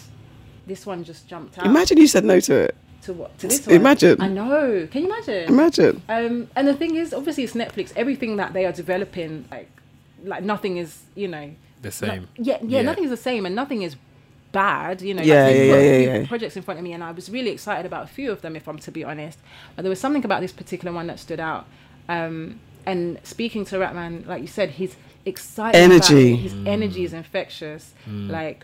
this one just jumped out.
Imagine you said no to it.
to what to this one.
Imagine.
I know. Can you imagine?
Imagine.
Um, and the thing is, obviously, it's Netflix. Everything that they are developing, like, like nothing is, you know,
The
no-
same.
yeah, yeah, nothing is the same, and nothing is bad. You know, like,
Yeah,
they've
yeah,
got
yeah,
a few
yeah, yeah.
Projects in front of me, and I was really excited about a few of them, if I'm to be honest. But there was something about this particular one that stood out. Um, and speaking to Ratman, like you said, his excited
Energy.
His energy is infectious. Like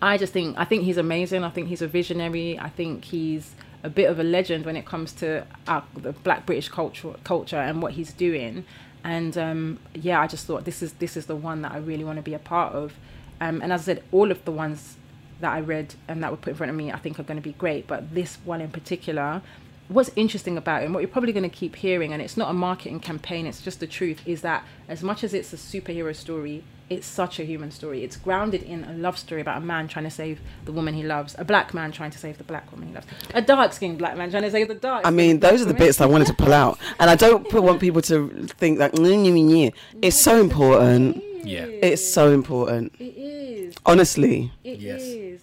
I just think I think he's amazing. I think he's a visionary. I think he's a bit of a legend when it comes to our, the Black British culture, culture and what he's doing. And um, yeah, I just thought this is this is the one that I really want to be a part of. Um, and as I said, all of the ones that I read and that were put in front of me, I think are going to be great. But this one in particular, what's interesting about it and what you're probably going to keep hearing, and it's not a marketing campaign, it's just the truth, is that as much as it's a superhero story, it's such a human story. It's grounded in a love story about a man trying to save the woman he loves, a black man trying to save the black woman he loves, a dark skinned black man trying to save the dark.
I mean, those are the bits I wanted to pull out, and I don't put, want people to think that. "Mm, It's so important.
Yeah.
It's so important.
It is.
Honestly,
It
Yes.
is.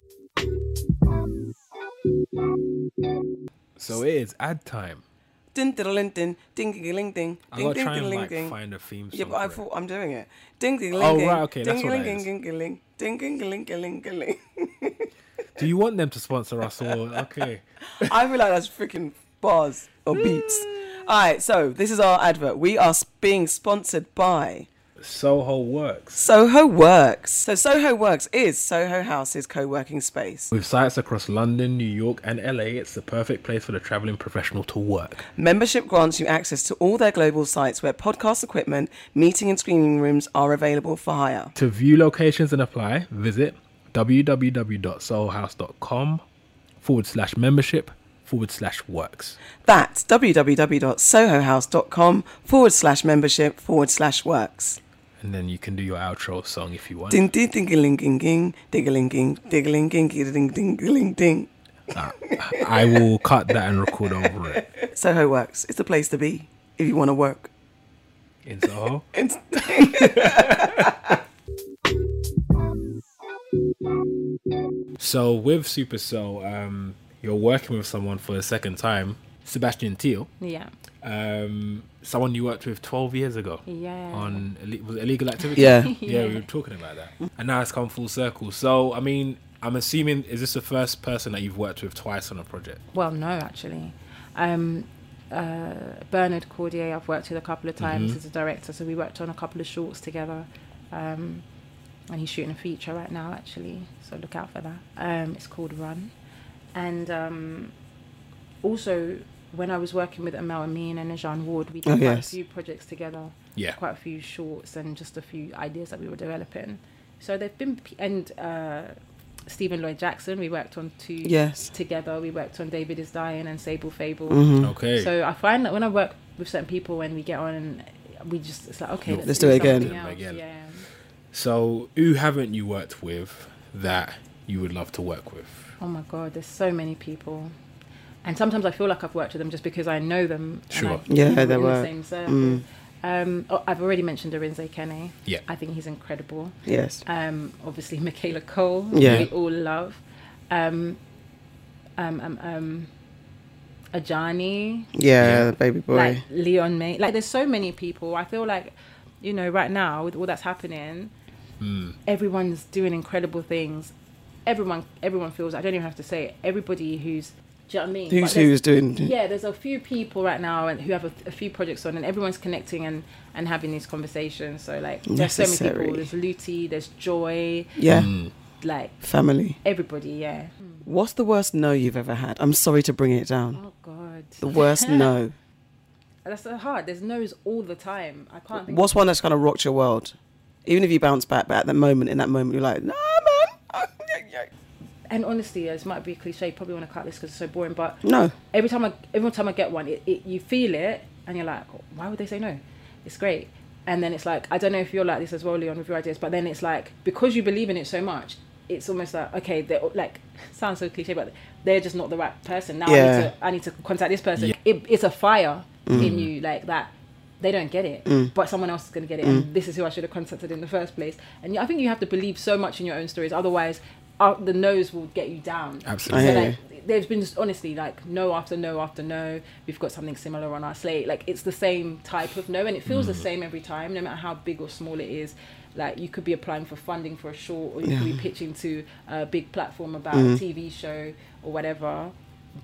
So it is ad time.
ding diddling ding ding ding ding
I
ding
gotta try and
ding
like
ding.
find a theme song.
Yeah, but I
for it.
thought I'm doing it. Ding ding
Oh,
ding ding.
right, okay, that's what that is.
ding ding ding ding ding ding ding.
Do you want them to sponsor us or okay?
I feel like that's freaking bars or beats. All right, so this is our advert. We are s- being sponsored by.
Soho works
Soho Works. So Soho Works is Soho House's co-working space.
with sites across London, New York, and LA. It's the perfect place for the traveling professional to work.
Membership grants you access to all their global sites where podcast equipment, meeting and screening rooms are available for hire.
To view locations and apply, visit www.soulhouse.com forward slash membership forward slash works.
That's www.sohohouse.com forward slash membership forward slash works.
And then you can do your outro song if you want.
Ding ding ding ding ding ding ding ding ding ding ding ding ding ding ding.
Ah, I will cut that and record over it.
Soho Works is the place to be if you want to work.
In Soho.
It's-
So with Super Soul, um, you're working with someone for the second time, Sebastian Teal,
Yeah.
um, someone you worked with 12 years ago.
Yeah.
On ille- was it illegal activity.
Yeah.
yeah, we were talking about that, and now it's come full circle. So I mean, I'm assuming is this the first person that you've worked with twice on a project?
Well, no, actually. Um, uh, Bernard Cordier, I've worked with a couple of
Mm-hmm.
times as a director, so we worked on a couple of shorts together. Um, and he's shooting a feature right now, actually, so look out for that. Um, it's called Run. And um, also, when I was working with Amel Amin and Jean Ward, we did
Oh,
quite
yes.
a few projects together
Yeah.
quite a few shorts and just a few ideas that we were developing. So they've been p- and uh, Stephen Lloyd Jackson. We worked on two
Yes.
together. We worked on David is Dying and Sable Fable.
Mm. Mm-hmm.
Okay.
So I find that when I work with certain people, when we get on, we just it's like okay,
You'll
let's,
Let's do it again.
something else.
Again.
Yeah.
So, who haven't you worked with that you would love to work with?
Oh my God, there's so many people. And sometimes I feel like I've worked with them just because I know them. and
Sure.
I-
Yeah,
we're
they Mm.
in the
were.
same circle.
Mm-hmm.
Um, oh, I've already mentioned Arinze Kene.
Yeah.
I think he's incredible.
yes.
um, obviously Michaela Cole,
Yeah.
we all love. Um, um, um, um, Ajani,
Yeah, baby boy.
like Leon May. Like, there's so many people. I feel like, you know, right now with all that's happening, Hmm. everyone's doing incredible things. Everyone, everyone feels. I don't even have to say it. Everybody who's Do you know what I mean?
Who's
But there's-
who's doing?
yeah there's a few people right now and who have a, a few projects on and everyone's connecting and and having these conversations so like there's so many
Necessary.
people there's luti there's joy
Yeah,
like
family.
everybody yeah
Mm. What's the worst no you've ever had? I'm sorry to bring it down.
oh god
The worst no.
that's so hard there's no's all the time i can't think
What's one that's kind of rocked your world? Even if you bounce back, but at that moment, in that moment, you're like, nah, man.
and honestly this might be a cliche you probably want to cut this because it's so boring but
No.
every time I every time I get one, it, it you feel it and you're like, why would they say no? It's great. And then it's like, I don't know if you're like this as well, Leon, with your ideas, but then it's like because you believe in it so much, it's almost like okay, they're like sounds so cliche, but they're just not the right person. Now I
Yeah.
need to I need to contact this person.
Yeah.
It, it's a fire in you like that. They don't get it, but someone else is going to get it, and this is who I should have contacted in the first place. And I think you have to believe so much in your own stories, otherwise, uh, the no's will get you down.
Absolutely.
I
So
hear
like, there's been just honestly like no after no after no. We've got something similar on our slate. Like it's the same type of no, and it feels the same every time, no matter how big or small it is. Like you could be applying for funding for a short, or you could be pitching to a big platform about a TV show or whatever.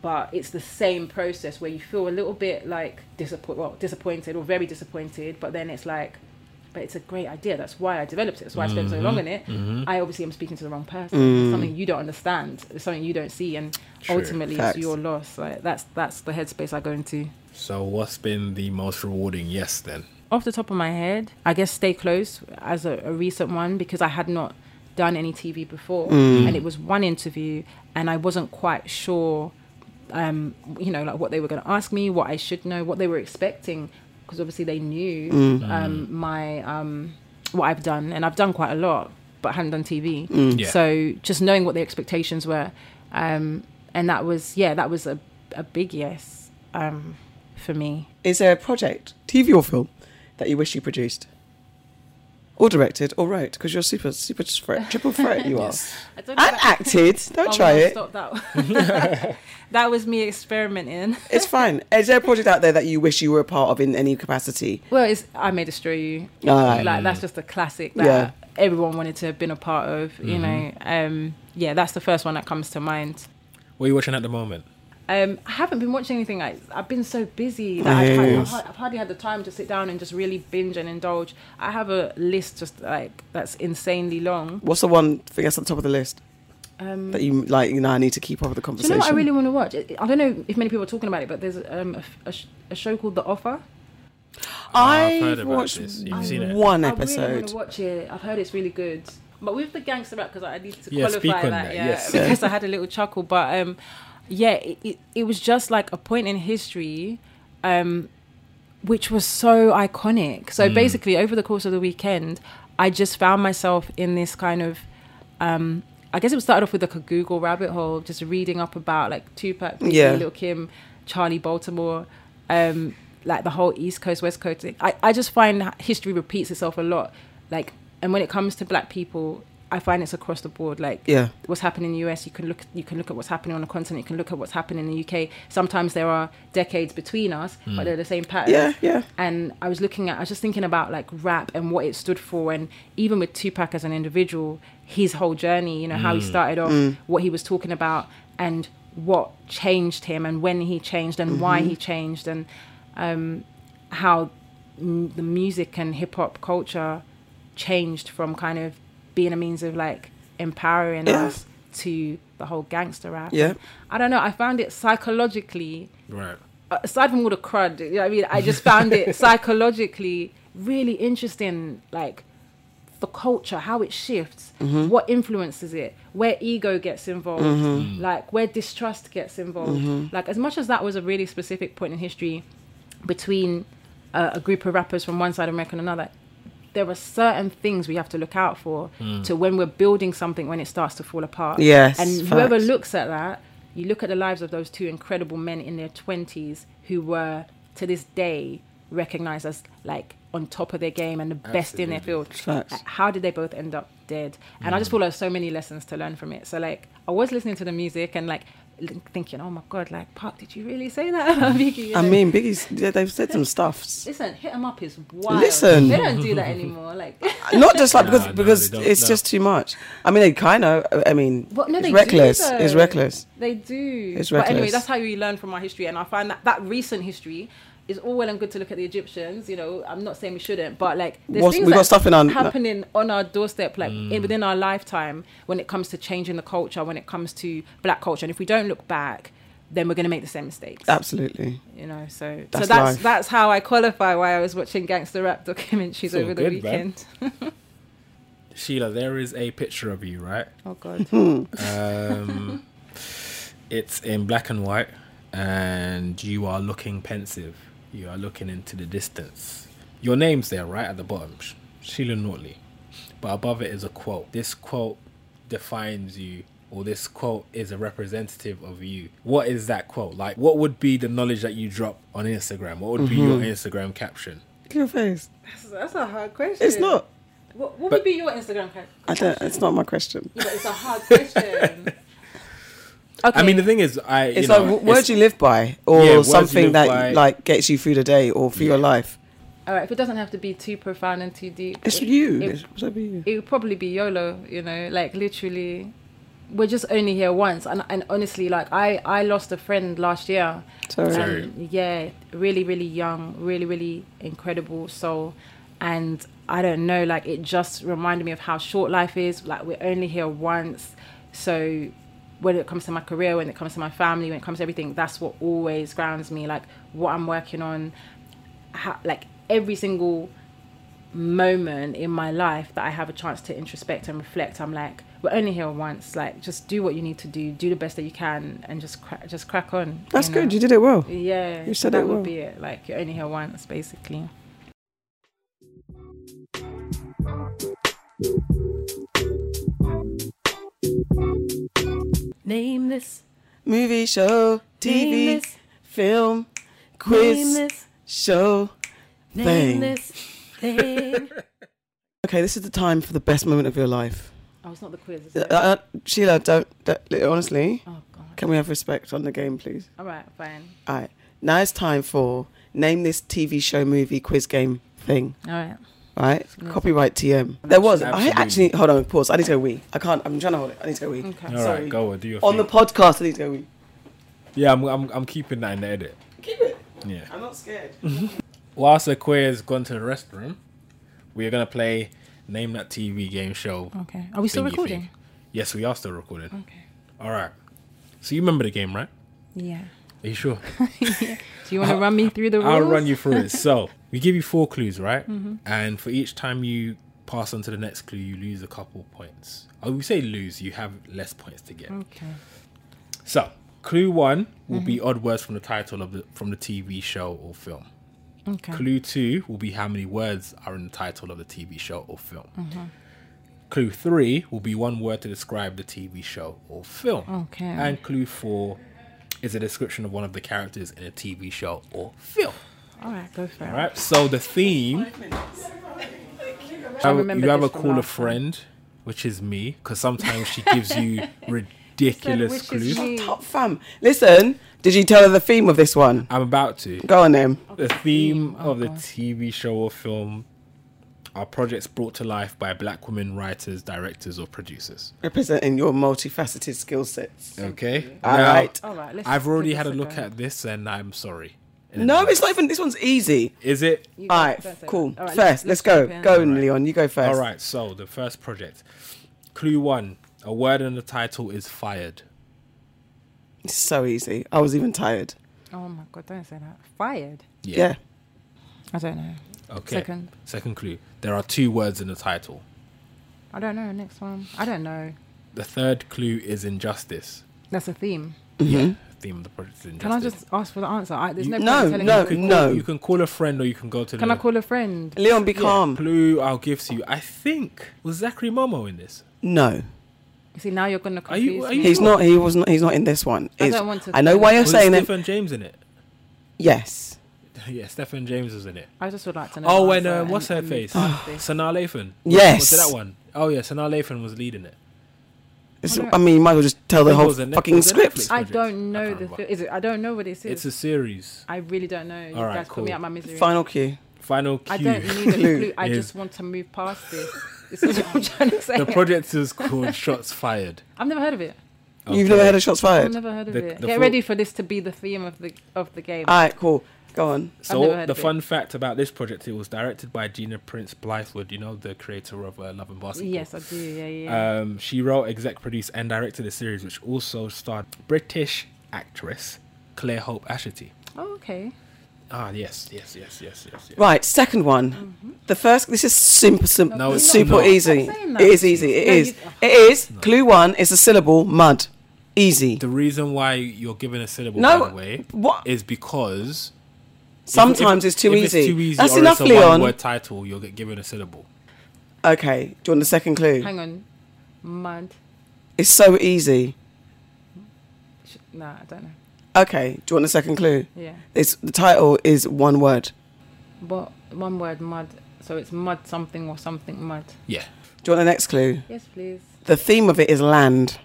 But it's the same process where you feel a little bit like disappointed, well, disappointed or very disappointed. But then it's like, but it's a great idea. That's why I developed it. That's why I spent so long on it. I obviously am speaking to the wrong person. It's something you don't understand. It's something you don't see, and
True.
ultimately
Facts.
it's your loss. Like that's that's the headspace I go into.
So what's been the most rewarding yes then?
Off the top of my head, I guess Stay Close as a, a recent one because I had not done any TV before, and it was one interview, and I wasn't quite sure, um, you know, like what they were going to ask me, what I should know, what they were expecting, because obviously they knew um, my um, what I've done, and I've done quite a lot, but I hadn't done TV.
Yeah.
So just knowing what the expectations were, um, and that was yeah, that was a a big yes um, for me.
Is there a project, TV or film, that you wish you produced? Or directed, or wrote, because you're super, super threat, triple threat you are.
I don't Oh,
And acted. Don't try
no,
it.
Stop that. that was me experimenting.
It's fine. Is there a project out there that you wish you were a part of in any capacity?
Well, it's I may destroy you.
Aye.
Like that's just a classic that
Ah, Yeah. Mm-hmm.
everyone wanted to have been a part of. You know, um, yeah, that's the first one that comes to mind.
What are you watching at the moment?
Um, I haven't been watching anything. I, I've been so busy that
Yes.
I've, had, I've, hard- I've hardly had the time to sit down and just really binge and indulge. I have a list just like that's insanely long.
What's the one thing that's on top of the list
Um,
that you like? You know, I need to keep up with the
Do you
conversation.
know what I really want to watch? I I don't know if many people are talking about it, but there's um, a, f- a sh- a show called The Offer.
I've heard
I've
about
watched
this. You've seen it?
one
I really want
episode.
to watch it. I've heard it's really good. But with the gangster rap, because I need to
Yeah, speak
qualify
on
that,
that,
yeah,
yes.
because I had a little chuckle. But um, yeah, it, it, it was just like a point in history, um, which was so iconic.
Mm.
So basically, over the course of the weekend, I just found myself in this kind of. Um, I guess it started off with like a Google rabbit hole, just reading up about like Tupac, Biggie,
Yeah.
Lil Kim, Charlie Baltimore, um, like the whole East Coast, West Coast. thing. I, I just find h- history repeats itself a lot. Like, and when it comes to black people, I find it's across the board. Like,
Yeah.
what's happening in the US, you can look you can look at what's happening on the continent, you can look at what's happening in the UK. Sometimes there are decades between us, but they're the same pattern
Mm. Yeah, yeah.
and I was looking at, I was just thinking about like rap and what it stood for, and even with Tupac as an individual, his whole journey, you know, how he
Mm.
started off, what he was talking about, and what changed him, and when he changed, and why
Mm-hmm.
he changed, and um, how m- the music and hip hop culture changed from kind of being a means of like empowering
Yeah.
us to the whole gangster rap.
Yeah.
I don't know, I found it psychologically
Right.
aside from all the crud, you know what I mean, I just found it psychologically really interesting, like the culture, how it shifts, what influences it, where ego gets involved, like where distrust gets involved. Like as much as that was a really specific point in history between uh, a group of rappers from one side of America and another, there are certain things we have to look out for to when we're building something when it starts to fall apart.
Yes,
and whoever
facts.
looks at that, you look at the lives of those two incredible men in their 20s who were to this day recognized as like on top of their game and the best in their field.
Facts. Mm.
Like, How did they both end up dead? And I just feel like so many lessons to learn from it. So like I was listening to the music and like l- thinking, oh my God, like, Park, did you really say that about Biggie? You
I
know?
mean, Biggie's, they- they've said some stuffs.
listen, hit 'em up is wild.
Listen.
They don't do that anymore. Like,
Not just like, because,
Nah, nah,
because
they don't,
it's
nah.
just too much. I mean, they kind of, I mean,
What? No,
it's
they do,
reckless. it's
though.
reckless.
They do.
It's
But anyway,
reckless.
that's how you learn from our history, and I find that that recent history is all well and good to look at the Egyptians. You know, I'm not saying we shouldn't, but like there's
What's-
things
we got
that's
stuff in our- Mm.
happening on our doorstep, like in, within our lifetime, when it comes to changing the culture, when it comes to black culture, and if we don't look back. Then we're going to make the same mistakes,
Absolutely.
you know. So,
That's
so that's
life.
that's how I qualify why I was watching gangster rap documentaries
all
over the
good, man.
weekend.
Sheila, there is a picture of you, right?
Oh God,
Um, it's in black and white, and you are looking pensive. You are looking into the distance. Your name's there, right at the bottom, Sh- Sheila Nortley. But above it is a quote. This quote defines you, or this quote is a representative of you. What is that quote? Like, what would be the knowledge that you drop on Instagram? What would be your
Mm-hmm.
Instagram caption?
Look at your face.
that's, that's a hard question.
It's not.
What, what
But-
would be your Instagram account?
I don't, it's not my question.
Yeah, but it's a hard question. Okay.
I mean, the thing is, I you
It's
know,
like, wh- words
it's-
you live by or
Yeah, words you
something
live
that
by.
like gets you through the day or through your life.
all right. If it doesn't have to be too profound and too deep,
It's
it,
you.
It,
It's what's up with you.
it would probably be YOLO. You know, like literally, we're just only here once. And and honestly, like I I lost a friend last year.
Sorry.
Sorry.
Um, yeah, really, really young, really, really incredible soul. And I don't know, like it just reminded me of how short life is. Like we're only here once. So when it comes to my career, when it comes to my family, when it comes to everything, that's what always grounds me. Like what I'm working on, how, like every single moment in my life that I have a chance to introspect and reflect, I'm like, we're only here once. Like just do what you need to do, do the best that you can, and just cra- just crack on.
That's
you know?
good. You did it well.
Yeah,
You said
that
it
would
well.
be it. Like you're only here once, basically. Name this
Movie, show, TV,
Nameless.
film,
name
quiz,
this,
show.
name
thing.
this thing.
Okay, this is the time for the best moment of your life.
oh, it's not the quiz. Is
Uh,
it?
uh, Sheila, don't, don't- honestly,
oh God.
can we have respect on the game, please?
All right, fine.
All right, now it's time for name this TV show, movie, quiz game thing.
All right.
Right, copyright TM. There was. I
Absolutely.
actually hold on. Pause. I need to go wee. I can't. I'm trying to hold it. I need to go wee.
Okay.
All right,
Sorry.
go on, do your
On the
thing.
podcast, I need to go wee.
yeah, I'm, I'm I'm keeping that in the edit.
Keep it.
Yeah.
I'm not scared.
whilst Aquia has gone to the restroom, we are gonna play Name That TV game show.
Okay. Are we Oh, still
thingy
recording?
thing. Yes, we are still recording.
Okay.
All right. So you remember the game, right?
Yeah.
Are you sure?
Do you want to run me through the rules?
I'll run you through it. So we give you four clues, right?
Mm-hmm.
And for each time you pass on to the next clue, you lose a couple points. I would say lose. You have less points to get.
Okay.
So clue one will
Mm-hmm.
be odd words from the title of the from the TV show or film.
Okay.
Clue two will be how many words are in the title of the TV show or film.
Mm-hmm.
Clue three will be one word to describe the TV show or film.
Okay.
And clue four is a description of one of the characters in a TV show or film.
All right. Go for it.
All right. So the theme. You have,
remember
you have a
this from
call a
last time.
friend, which is me, because sometimes she gives you ridiculous
Which is
clues.
me.
Top fam. Listen, did you tell her the theme of this one?
I'm about to.
Go on then.
the theme
oh
of the TV show or film are projects brought to life by black women writers, directors, or producers.
Representing your multifaceted skill sets.
Okay.
All
Now,
right.
All right. Let's
I've already
give
had a
this
look
go.
at this, and I'm sorry.
No, it's not even. This one's easy.
Is it?
You
All
go-
right,
go for it.
cool.
All right,
first, us go.
jump in.
Go, Leon. You go first.
All right. So the first project, clue one: a word in the title is fired.
It's so easy. I was even tired.
Oh my god! Don't say that. Fired.
Yeah.
I don't know.
Okay.
Second.
Second clue: there are two words in the title.
I don't know. Next one. I don't know.
The third clue is injustice.
That's a theme.
Mm-hmm.
Yeah. Theme of the project is injustice.
Can I just ask for the answer? I, there's no.
No,
point in telling
no,
You
me.
can
No.
Call, you can call a friend, or you can go to.
Can
the,
I call a friend?
Leon, be calm.
Clue I'll give to you. I think was Zachary Momo in this.
No,
See, now you're gonna
Are you-
confuse
are
me.
you-
he's not. He was not. He's not in this one.
I
It's-
don't want to
I know why you're
was
saying it.
Stephen James in it?
Yes.
yeah, Stephen James was in it.
I just would like to know.
Oh,
the
and
answer
uh, what's her
and- and
face?
move past this.
Sanaa Lathan.
Yes.
What's that one? Oh yeah, Sanaa Lathan was leading it.
It's, I mean, you might as well just tell the
think it
whole
was a Net-
fucking
was it
script.
Netflix?
I
project.
don't
I
know
can't
the
remember.
fi- is it, I don't know what this
It's
is.
a series.
I really don't know. You
All right,
guys put me
cool.
out my misery.
Final cue.
Final cue.
I don't need a clue. I
is-
just want to move past this. This is what I'm trying to say.
the project is called Shots Fired.
I've never heard of it.
You've
Okay.
never had a shots
I've
fired.
never heard of
The-
it.
the
Get
full-
ready for this to be the theme of the of the game.
All right, cool. Go on.
never
So
heard
the
of it.
fun fact about this project, it was directed by Gina Prince Blythewood, you know, the creator of uh, Love and Basketball.
yes, I do. Yeah, yeah.
Um, she wrote, exec produced, and directed the series, which also starred British actress Claire Hope Asherty.
oh, okay.
Ah, yes, yes, yes, yes, yes. yes.
Right, second one. The first. This is simple, simple,
No, it's
super
not.
easy.
Mm-hmm. Stop saying
It
that.
is easy. It
No,
is.
you-
It is. Clue one is a syllable. Mud. Easy.
The reason why you're given a syllable,
No,
by the way,
what-
is because
Sometimes
if-
it's too
if
easy.
too easy
That's
or
enough,
it's a
Leon.
One-word title, you'll get given a syllable.
Okay. Do you want the second clue?
Hang on. Mud.
It's so easy.
Sh- Nah, I don't know.
Okay. Do you want the second clue?
Yeah.
It's the title is one word.
But one word, mud. So it's mud something or something mud.
Yeah.
Do you want the next clue?
Yes, please.
The theme of it is land.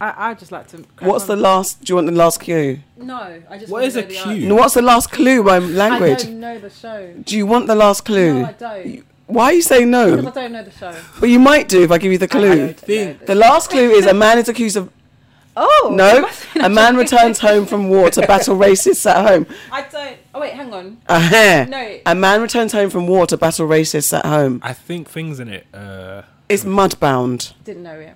I I just like to. crack
What's the
on.
last? Do you want the last clue?
No, I just.
What
wanna
is a
know the
cue?
answer.
No, What's the last clue by
I
language?
don't know the show.
Do you want the last clue?
No, I don't.
Why are you um, saying
Because I
no?
don't know the show.
But you might do if I give you the
I
clue.
don't know
The last clue is a man is accused of
Oh it
no.
must be
A
the
man
show.
returns home from war to battle racists at home.
I don't. Oh wait, hang on.
Aha.
No.
A man returns home from war to battle racists at home.
I think things in it. Uh,
It's mudbound.
Didn't know it.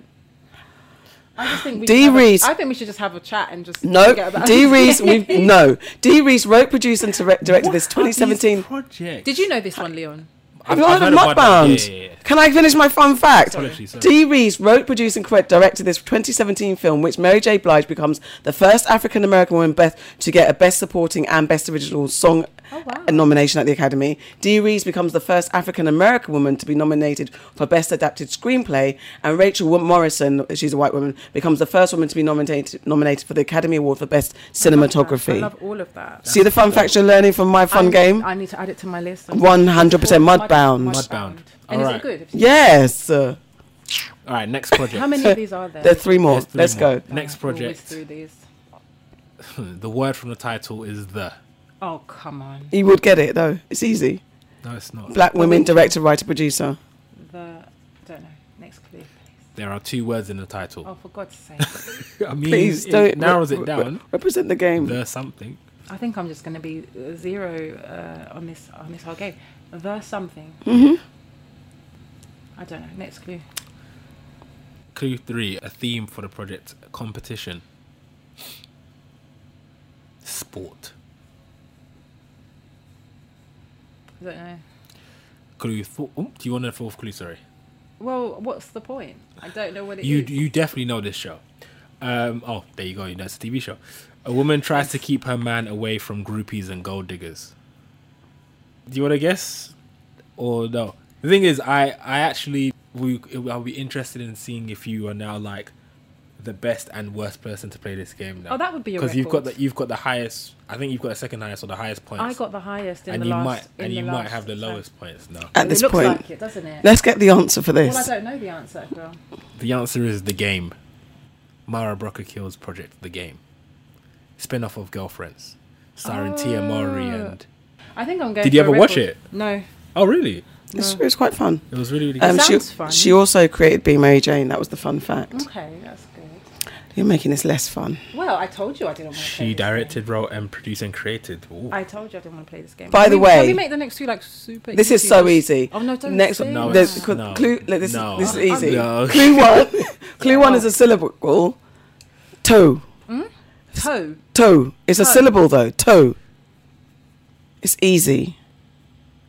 I just think we
Dee
should have a-
Reese.
I think we should just have a chat and just forget
No,
about
D.
it.
Reese. We no. D. Reese wrote, produced, and direct- directed this 2017.
project.
Did you know this one, Leon?
Have you heard of Mudbound?
Yeah, yeah, yeah.
Can I finish my fun fact?
Apologies, sorry.
Dee Reese wrote, produced, and cre- directed this 2017 film, which Mary J. Blige becomes the first African American woman best to get a Best Supporting and Best Original Song
Oh, wow.
uh, nomination at the Academy. Dee Reese becomes the first African American woman to be nominated for Best Adapted Screenplay, and Rachel Wo- Morrison, she's a white woman, becomes the first woman to be nominated nominated for the Academy Award for Best
I
Cinematography.
love all of that.
See the fun facts you're learning from my fun
I-
game.
I need to add it to my list. I'm-
100% Mudbound.
Mudbound.
And is
Alright.
it good?
Yes. Uh,
All right, next project.
How many of these are there?
there's three more.
There's three
Let's
more.
go.
Next
We'll whiz
project.
through these.
the word from the title is the.
Oh come on.
You would get it though. It's easy.
No, it's not.
Black women, director, writer, producer.
The don't know. Next clue. please.
There are two words in the title.
Oh, for God's sake!
I mean,
Please
it
don't
narrows
re-
it
re-
down.
represent the game.
The something.
I think I'm just going to be uh, zero uh, on this on this whole game. The something.
Mm-hmm.
I don't know. Next clue.
Clue three. A theme for the project. Competition. Sport.
I don't know.
Clue four. Oh, do you want a fourth clue? Sorry.
Well, what's the point? I don't know what it is.
You you definitely know this show. Um, oh, there you go. You know it's a TV show. A woman tries to keep her man away from groupies and gold diggers. Do you want to guess, or no? The thing is, I I actually we I'll be interested in seeing if you are now like the best and worst person to play this game now.
Oh, that would be your
because you've got
record.
the you've got the highest. I think you've got the second highest or the highest points.
I got the highest in
and
the
you
last.
might
in
and
the
you might
last
have the
time.
lowest points now.
At this
it looks
point,
like it, doesn't it?
let's get the answer for
well, I
this.
don't know the answer, girl.
The answer is the game. Mara Brocker Kills Project The Game. Spin off of Girlfriends. Starring Tia Mowry
Ah.
and
I think I'm going.
Did you
for a
ever watch
record.
it?
No.
Oh really?
It's- It was quite fun.
It was really really good.
Um, she,
sounds fun. Mm.
she also created Be Mary Jane. That was the fun fact.
Okay, that's good.
You're making this less fun.
Well, I told you I didn't want to. play
she
this game.
directed, wrote and produced and created. Ooh.
I told you I didn't want to play this game.
By
Can
the
we- can
way-
we make the next two like super?
This is so easy.
Oh, no, don't
Next
say
No,
there's-
it's-
cl-
no.
clue, like, this,
No.
this is easy.
No.
Clue one. clue one is a syllable. Toe.
Toe.
Toe. It's a
Toe.
syllable though. Toe. It's easy.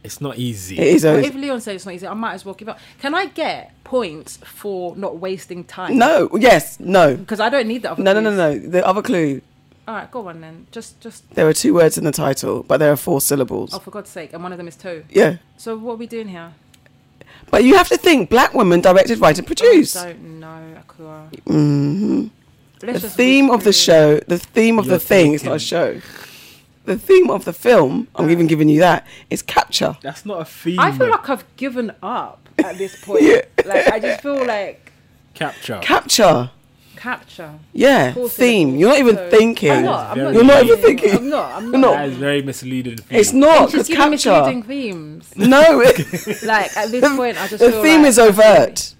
It's not easy.
It is.
Well,
A,
if Leon says it's not easy, I might as well give up. Can I get points for not wasting time?
no. Yes. No.
because I don't need that.
No. No. No. No. The other clue.
All right, go on then. Just, just
There are two words in the title, but there are four syllables.
oh, for God's sake, and one of them is toe.
Yeah.
So what are we doing here?
But you have to think black women directed, write, and produced.
I don't know. Akua.
hmm The
Let's just
theme
whiz
of the
through.
show, the theme of
You're
the thing, it's not a show. The theme of the film, I'm
Uh.
even giving you that, is capture.
That's not a theme.
I feel like I've given up at this point.
Yeah.
Like I just feel like
Capture.
Capture.
Capture.
Yeah.
Course it
Theme.
is.
You're not even thinking.
I'm not. I'm not
You're not
even thinking.
I'm not. I'm
You're
not.
not.
that is very misleading. for
It's
you.
not
Just
because
giving
capture.
misleading themes.
No. it-
Like at this point, I just
the
feel
theme
like-
is overt.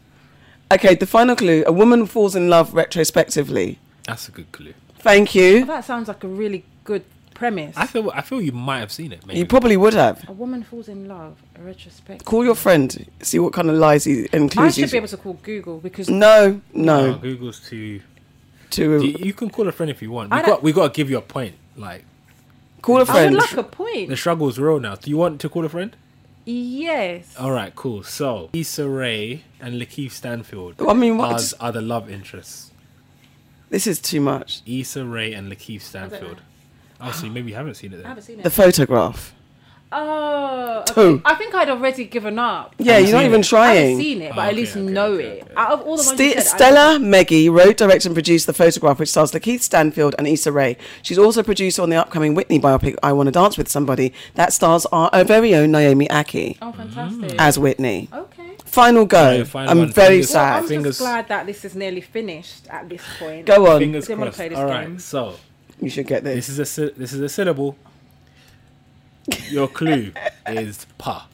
Okay. The final clue: a woman falls in love retrospectively.
That's a good clue.
Thank you.
That sounds like a really good premise.
I feel I feel you might have seen it. Maybe.
You probably would have.
a woman falls in love. A retrospect.
Call your friend. See what kind of lies he and
I
clues
should
you.
be able to call Google because
No,
No,
no.
Google's too. Oh, You,
To
you can call a friend if you want.
I
We
don't-
got we got to give you a point. Like
call a
I would
friend.
like a
the
point.
struggle's real now. Do you want to call a friend?
Yes.
All right, cool. So Issa Rae and Lakeith Stanfield.
I mean, what-
are, are the love interests?
This is too much.
Issa Rae and Lakeith Stanfield.
know.
Oh, so maybe you haven't seen it.
I
Then.
haven't seen
The
it.
photograph.
Oh, okay.
Two.
I think I'd already given up.
Yeah,
Haven't
you're not
seen
even
it.
I haven't
trying.
seen it,
Oh,
but at
okay,
least
okay,
know
okay,
it.
okay.
Out of all the ones you
Ste
said, I-
Stella Meggie wrote, directed, and produced the photograph, which stars Lakeith Stanfield and Issa Rae. She's also producer on the upcoming Whitney biopic, I Want to Dance with Somebody, that stars our, our very own Naomi Aki
Oh, fantastic.
Mm.
as Whitney.
okay.
Final go.
Yeah, final
I'm
one.
very
Fingers-
Well,
sad.
I'm
Fingers-
just glad that this is nearly finished at this point.
go on.
Fingers
Didn't wanna
crossed.
play this
All right,
game.
so
You should get
this
this.
is a sy- this is a syllable. Your clue is pa.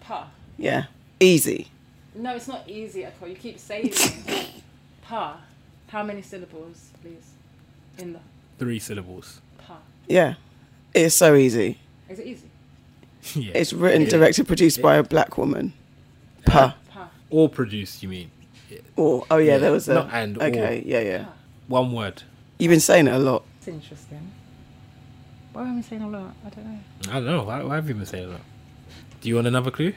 Pa.
Yeah. Easy.
No, it's not easy at all. You keep saying it. pa. How many syllables, please? In the
Three syllables.
pa.
Yeah. It's so easy.
Is it easy?
yeah.
It's written,
Yeah.
directed, produced by a black woman. Puh.
Pa.
All produced, you mean?
Or, oh, yeah,
Yeah,
there was a.
not and, or.
okay, yeah, yeah.
One word.
You've been saying it a lot.
It's interesting. Why am I saying all that? I don't know.
I don't know. Why, why have you been saying that? Do you want another clue?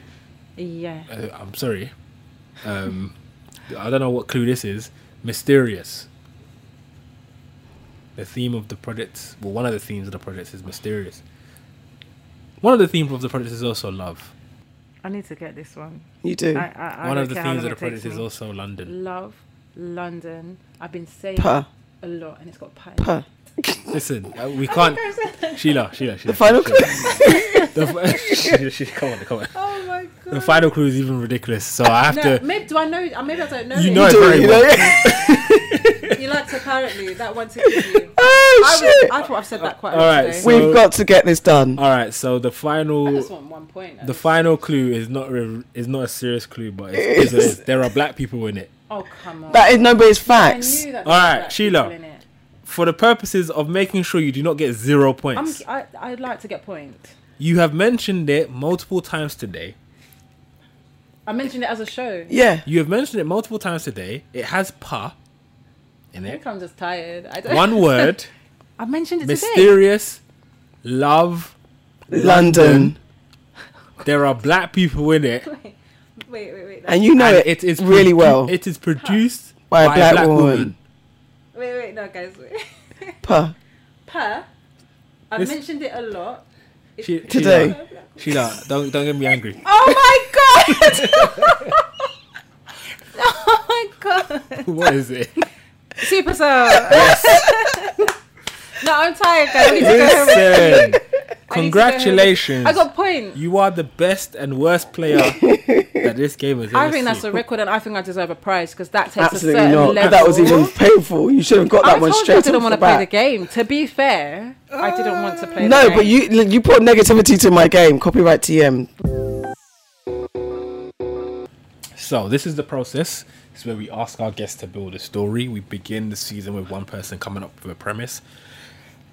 Yeah.
Uh, I'm sorry. Um, I don't know what clue this is. Mysterious. The theme of the project, well, one of the themes of the project is mysterious. One of the themes of the project is also love.
I need to get this one.
You do.
I, I, I
one
don't
of the
care how
themes of
long
the
it
project
Ah, takes
is
me.
also London.
Love, London. I've been saying
Puh.
a lot, and it's got pie.
Puh.
Mm.
Listen, uh, we can't. Sheila, Sheila, Sheila.
The final
Sheila. The fi- Sheila, Sheila, come on, come on.
Oh my god.
The final clue is even ridiculous, so I have
no,
to.
maybe do I know? uh, Maybe I don't know.
You
it.
know it
Do
very
it, you
well.
know?
You like to apparently that one to give you.
oh,
I,
shit.
would- I thought I've said that quite a
All
lot
right,
today.
so-
We've got to get this done.
All right, so the
I
final
just want one point.
The final clue is not re- is not a serious clue, but it's, it's, it is. there are black people in it.
oh come on!
That is nobody's
I
facts.
knew that.
All right,
there was
Sheila.
people in it.
For the purposes of making sure you do not get zero
I'm,
points,
I, I'd like to get point.
you have mentioned it multiple times today.
I mentioned it as a show.
Yeah.
You have mentioned it multiple times today. It has pa in
I
it.
think I'm just tired. I don't.
One word:
I mentioned it today.
mysterious, love.
London.
There are black people in it,
Wait, wait, wait, wait.
And you know
and
it,
it is
really
produ-
well.
It is produced
by a black, woman.
Wait, wait, no, guys. Wait.
Puh.
Per, I
This-
mentioned it a lot.
She-
Today.
Sheila, Sheila, don't don't get me angry.
Oh my god! oh my god!
What is it?
Super soul. no, I'm tired, guys. I need to go home.
Listen,
I need to go home.
congratulations.
I got point.
You are the best and worst player that this game has ever
I think that's
seen.
a record, and I think I deserve a prize because that takes a
Absolutely
certain
not.
level.
That was even painful. You should have got that
I
one
told you
straight
I didn't
off
want
the
to play the
bat.
game. To be fair, I didn't want to play. the
No,
game.
but you you put negativity to my game. Copyright TM.
So this is the process. It's where we ask our guests to build a story. We begin the season with one person coming up with a premise,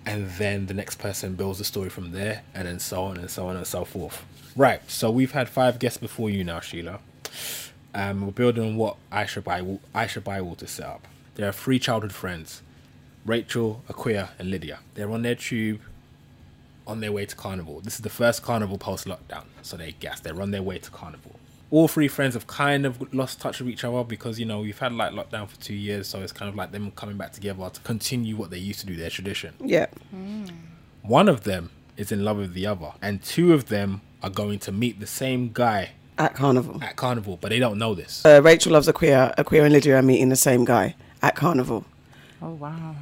and then the next person builds the story from there, and then so on and so on and so forth. Right. So we've had five guests before you now, Sheila. Um, we're building on what Aisha Bywater, Aisha Bywater set up. There are three childhood friends, Rachel, Aquia, and Lydia. They're on their tube on their way to carnival. This is the first carnival post lockdown, so they guess they're on their way to carnival. All three friends have kind of lost touch with each other because you know we've had like lockdown for two years, so it's kind of like them coming back together to continue what they used to do, their tradition.
Yeah.
One of them is in love with the other, and two of them are going to meet the same guy
At Carnival.
at carnival, but they don't know this.
Uh, Rachel loves Aquia. Aquia and Lydia are meeting the same guy at Carnival.
Oh wow!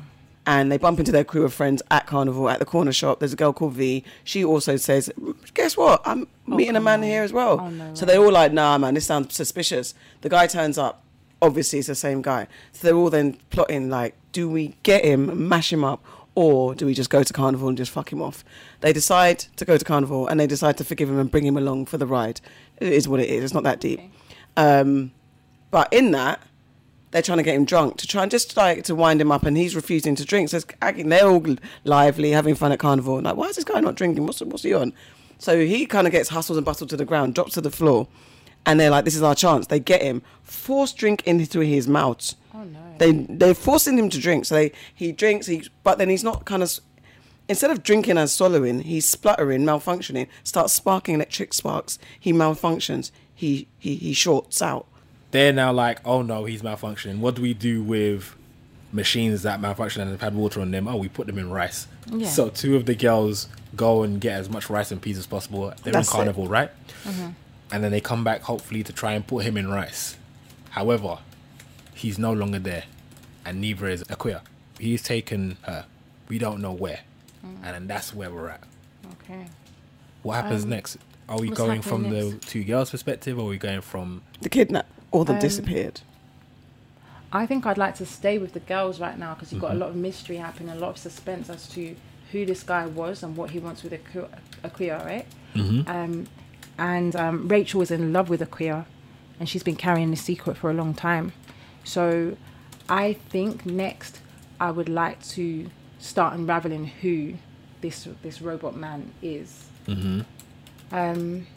and they bump into their crew of friends at carnival at the corner shop there's a girl called v she also says guess what i'm meeting a man here as well
Oh, no
so they're all like nah man this sounds suspicious the guy turns up obviously it's the same guy. So they're all then plotting like, do we get him, mash him up, or do we just go to Carnival and just fuck him off? They decide to go to Carnival and they decide to forgive him and bring him along for the ride. It is what it is. It's not that deep.
Okay.
Um, but in that, they're trying to get him drunk to try and just like to wind him up, and he's refusing to drink. So it's acting, they're all lively, having fun at carnival. and like, why is this guy not drinking? What's what's he on? So he kind of gets hustled and bustled to the ground, drops to the floor, and they're like, "This is our chance." They get him, force drink into his mouth.
Oh, no.
They they're forcing him to drink. So they he drinks, he but then he's not kind of instead of drinking and swallowing, he's spluttering, malfunctioning, starts sparking electric sparks. He malfunctions. He he he shorts out.
They're now like, oh no, he's malfunctioning. What do we do with machines that malfunction and have had water on them? Oh, we put them in rice.
Yeah.
So two of the girls go and get as much rice and peas as possible. They're
That's it.
in carnival, right?
Mm-hmm.
And then they come back hopefully to try and put him in rice. However, he's no longer there, and neither is Aquia. He's taken her. We don't know where,
Mm.
and then that's where we're at.
Okay.
What happens next? Are we
Um, what's
going from
happening
the two girls' perspective, or are we going from
The kidnap. All of them
Um,
disappeared.
I think I'd like to stay with the girls right now because you've got a lot of mystery happening, a lot of suspense as to who this guy was and what he wants with Aku- Akuya, right? Um, and um, Rachel was in love with Akuya and she's been carrying the secret for a long time. So I think next I would like to start unraveling who this this robot man is. Um,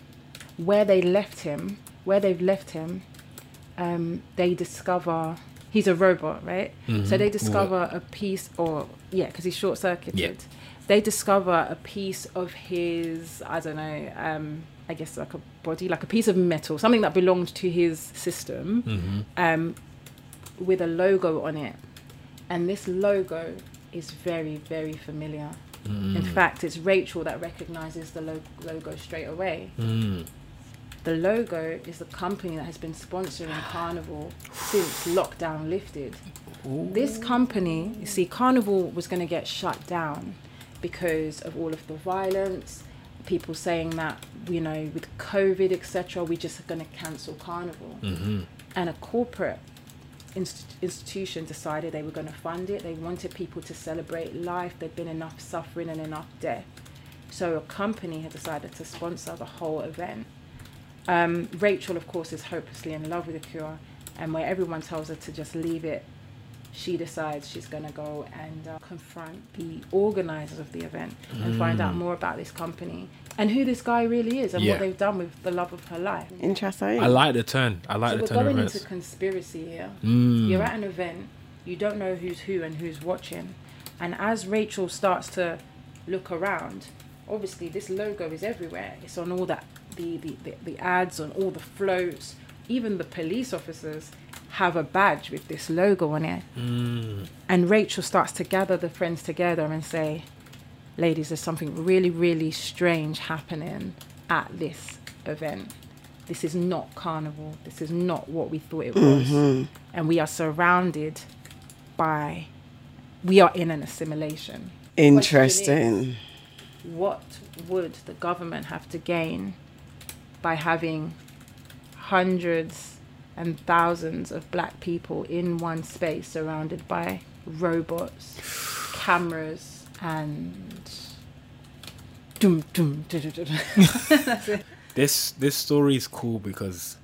where they left him, where they've left him, um, they discover he's a robot, right?
Mm-hmm.
So they discover a piece, or yeah, because he's short circuited.
Yeah.
They discover a piece of his, I don't know, um, I guess like a body, like a piece of metal, something that belonged to his system, um, with a logo on it. And this logo is very, very familiar. In
Mm.
fact, it's Rachel that recognizes the lo- logo straight away. The logo is the company that has been sponsoring Carnival since lockdown lifted. This company, you see, Carnival was going to get shut down because of all of the violence. People saying that you know, with COVID, etc., we're just going to cancel Carnival. And a corporate inst- institution decided they were going to fund it. They wanted people to celebrate life. There'd been enough suffering and enough death. So a company had decided to sponsor the whole event. Um, Rachel, of course, is hopelessly in love with Akira, and where everyone tells her to just leave it, she decides she's going to go and uh, confront the organizers of the event and find out more about this company and who this guy really is and
Mm. Yeah.
what they've done with the love of her life.
Interesting.
I like the turn. I
So
like
we're
the turn of
going
events. Mm.
into conspiracy here. You're
Hmm.
at an event, you don't know who's who and who's watching. And as Rachel starts to look around, obviously this logo is everywhere. It's on all that the, the, the, the ads, on all the floats. Even the police officers have a badge with this logo on it. And Rachel starts to gather the friends together and say, ladies, there's something really, really strange happening at this event. This is not carnival. This is not what we thought it was. And we are surrounded by, we are in an assimilation.
Interesting.
What would the government have to gain by having hundreds and thousands of black people in one space surrounded by robots, cameras, and. Dum, dum, dum, dum, dum.
This this story is cool because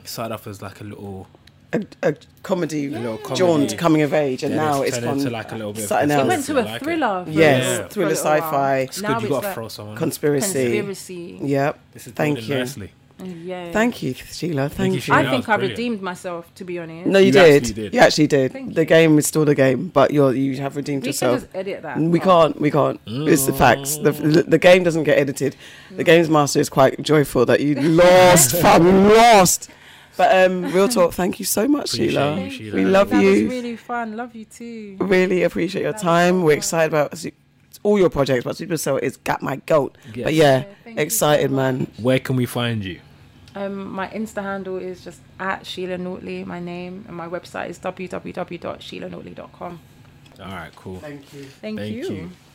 it started off as like a little
A, a comedy,
A little comedy.
jaunt coming of age, and
Yeah,
now it's
it's turned
gone
into like a little bit of
something
conspiracy.
It
else.
went to
I like
a
it.
thriller. for
yes,
Yeah.
a-
thriller
for a little while.
sci-fi
it's
Now
good. You
it's
gotta
like
throw someone.
conspiracy.
conspiracy.
Yep.
This is
Thank
building
you.
nicely.
Yeah.
Thank you, Sheila. Thank,
you,
you.
Sheila.
I
That was
think I
brilliant.
redeemed myself, to be honest.
No, you,
You
did.
actually did.
You actually did.
Thank
the
you.
game is still the game, but you're you have redeemed
we can
yourself.
just edit that.
we
Oh,
can't. We can't. It's the facts. The,
Oh.
the game doesn't get edited. The
Mm.
game's master is quite joyful that you lost. fam, lost. But um, real talk. Thank you so much,
Appreciate
Sheila.
you, Sheila.
We love
that was
you.
really fun. Love you too.
really appreciate your
That was
time.
so
We're
fun.
excited about su- all your projects, but Supercell is got my goat.
Yes.
But yeah,
Yeah, thank you
excited,
so
man.
Where can we find you?
Um, my Insta handle is just at Sheila Nautley, my name, and my website is www.sheilanautley.com.
All right, cool.
Thank you.
Thank,
Thank
you.
you.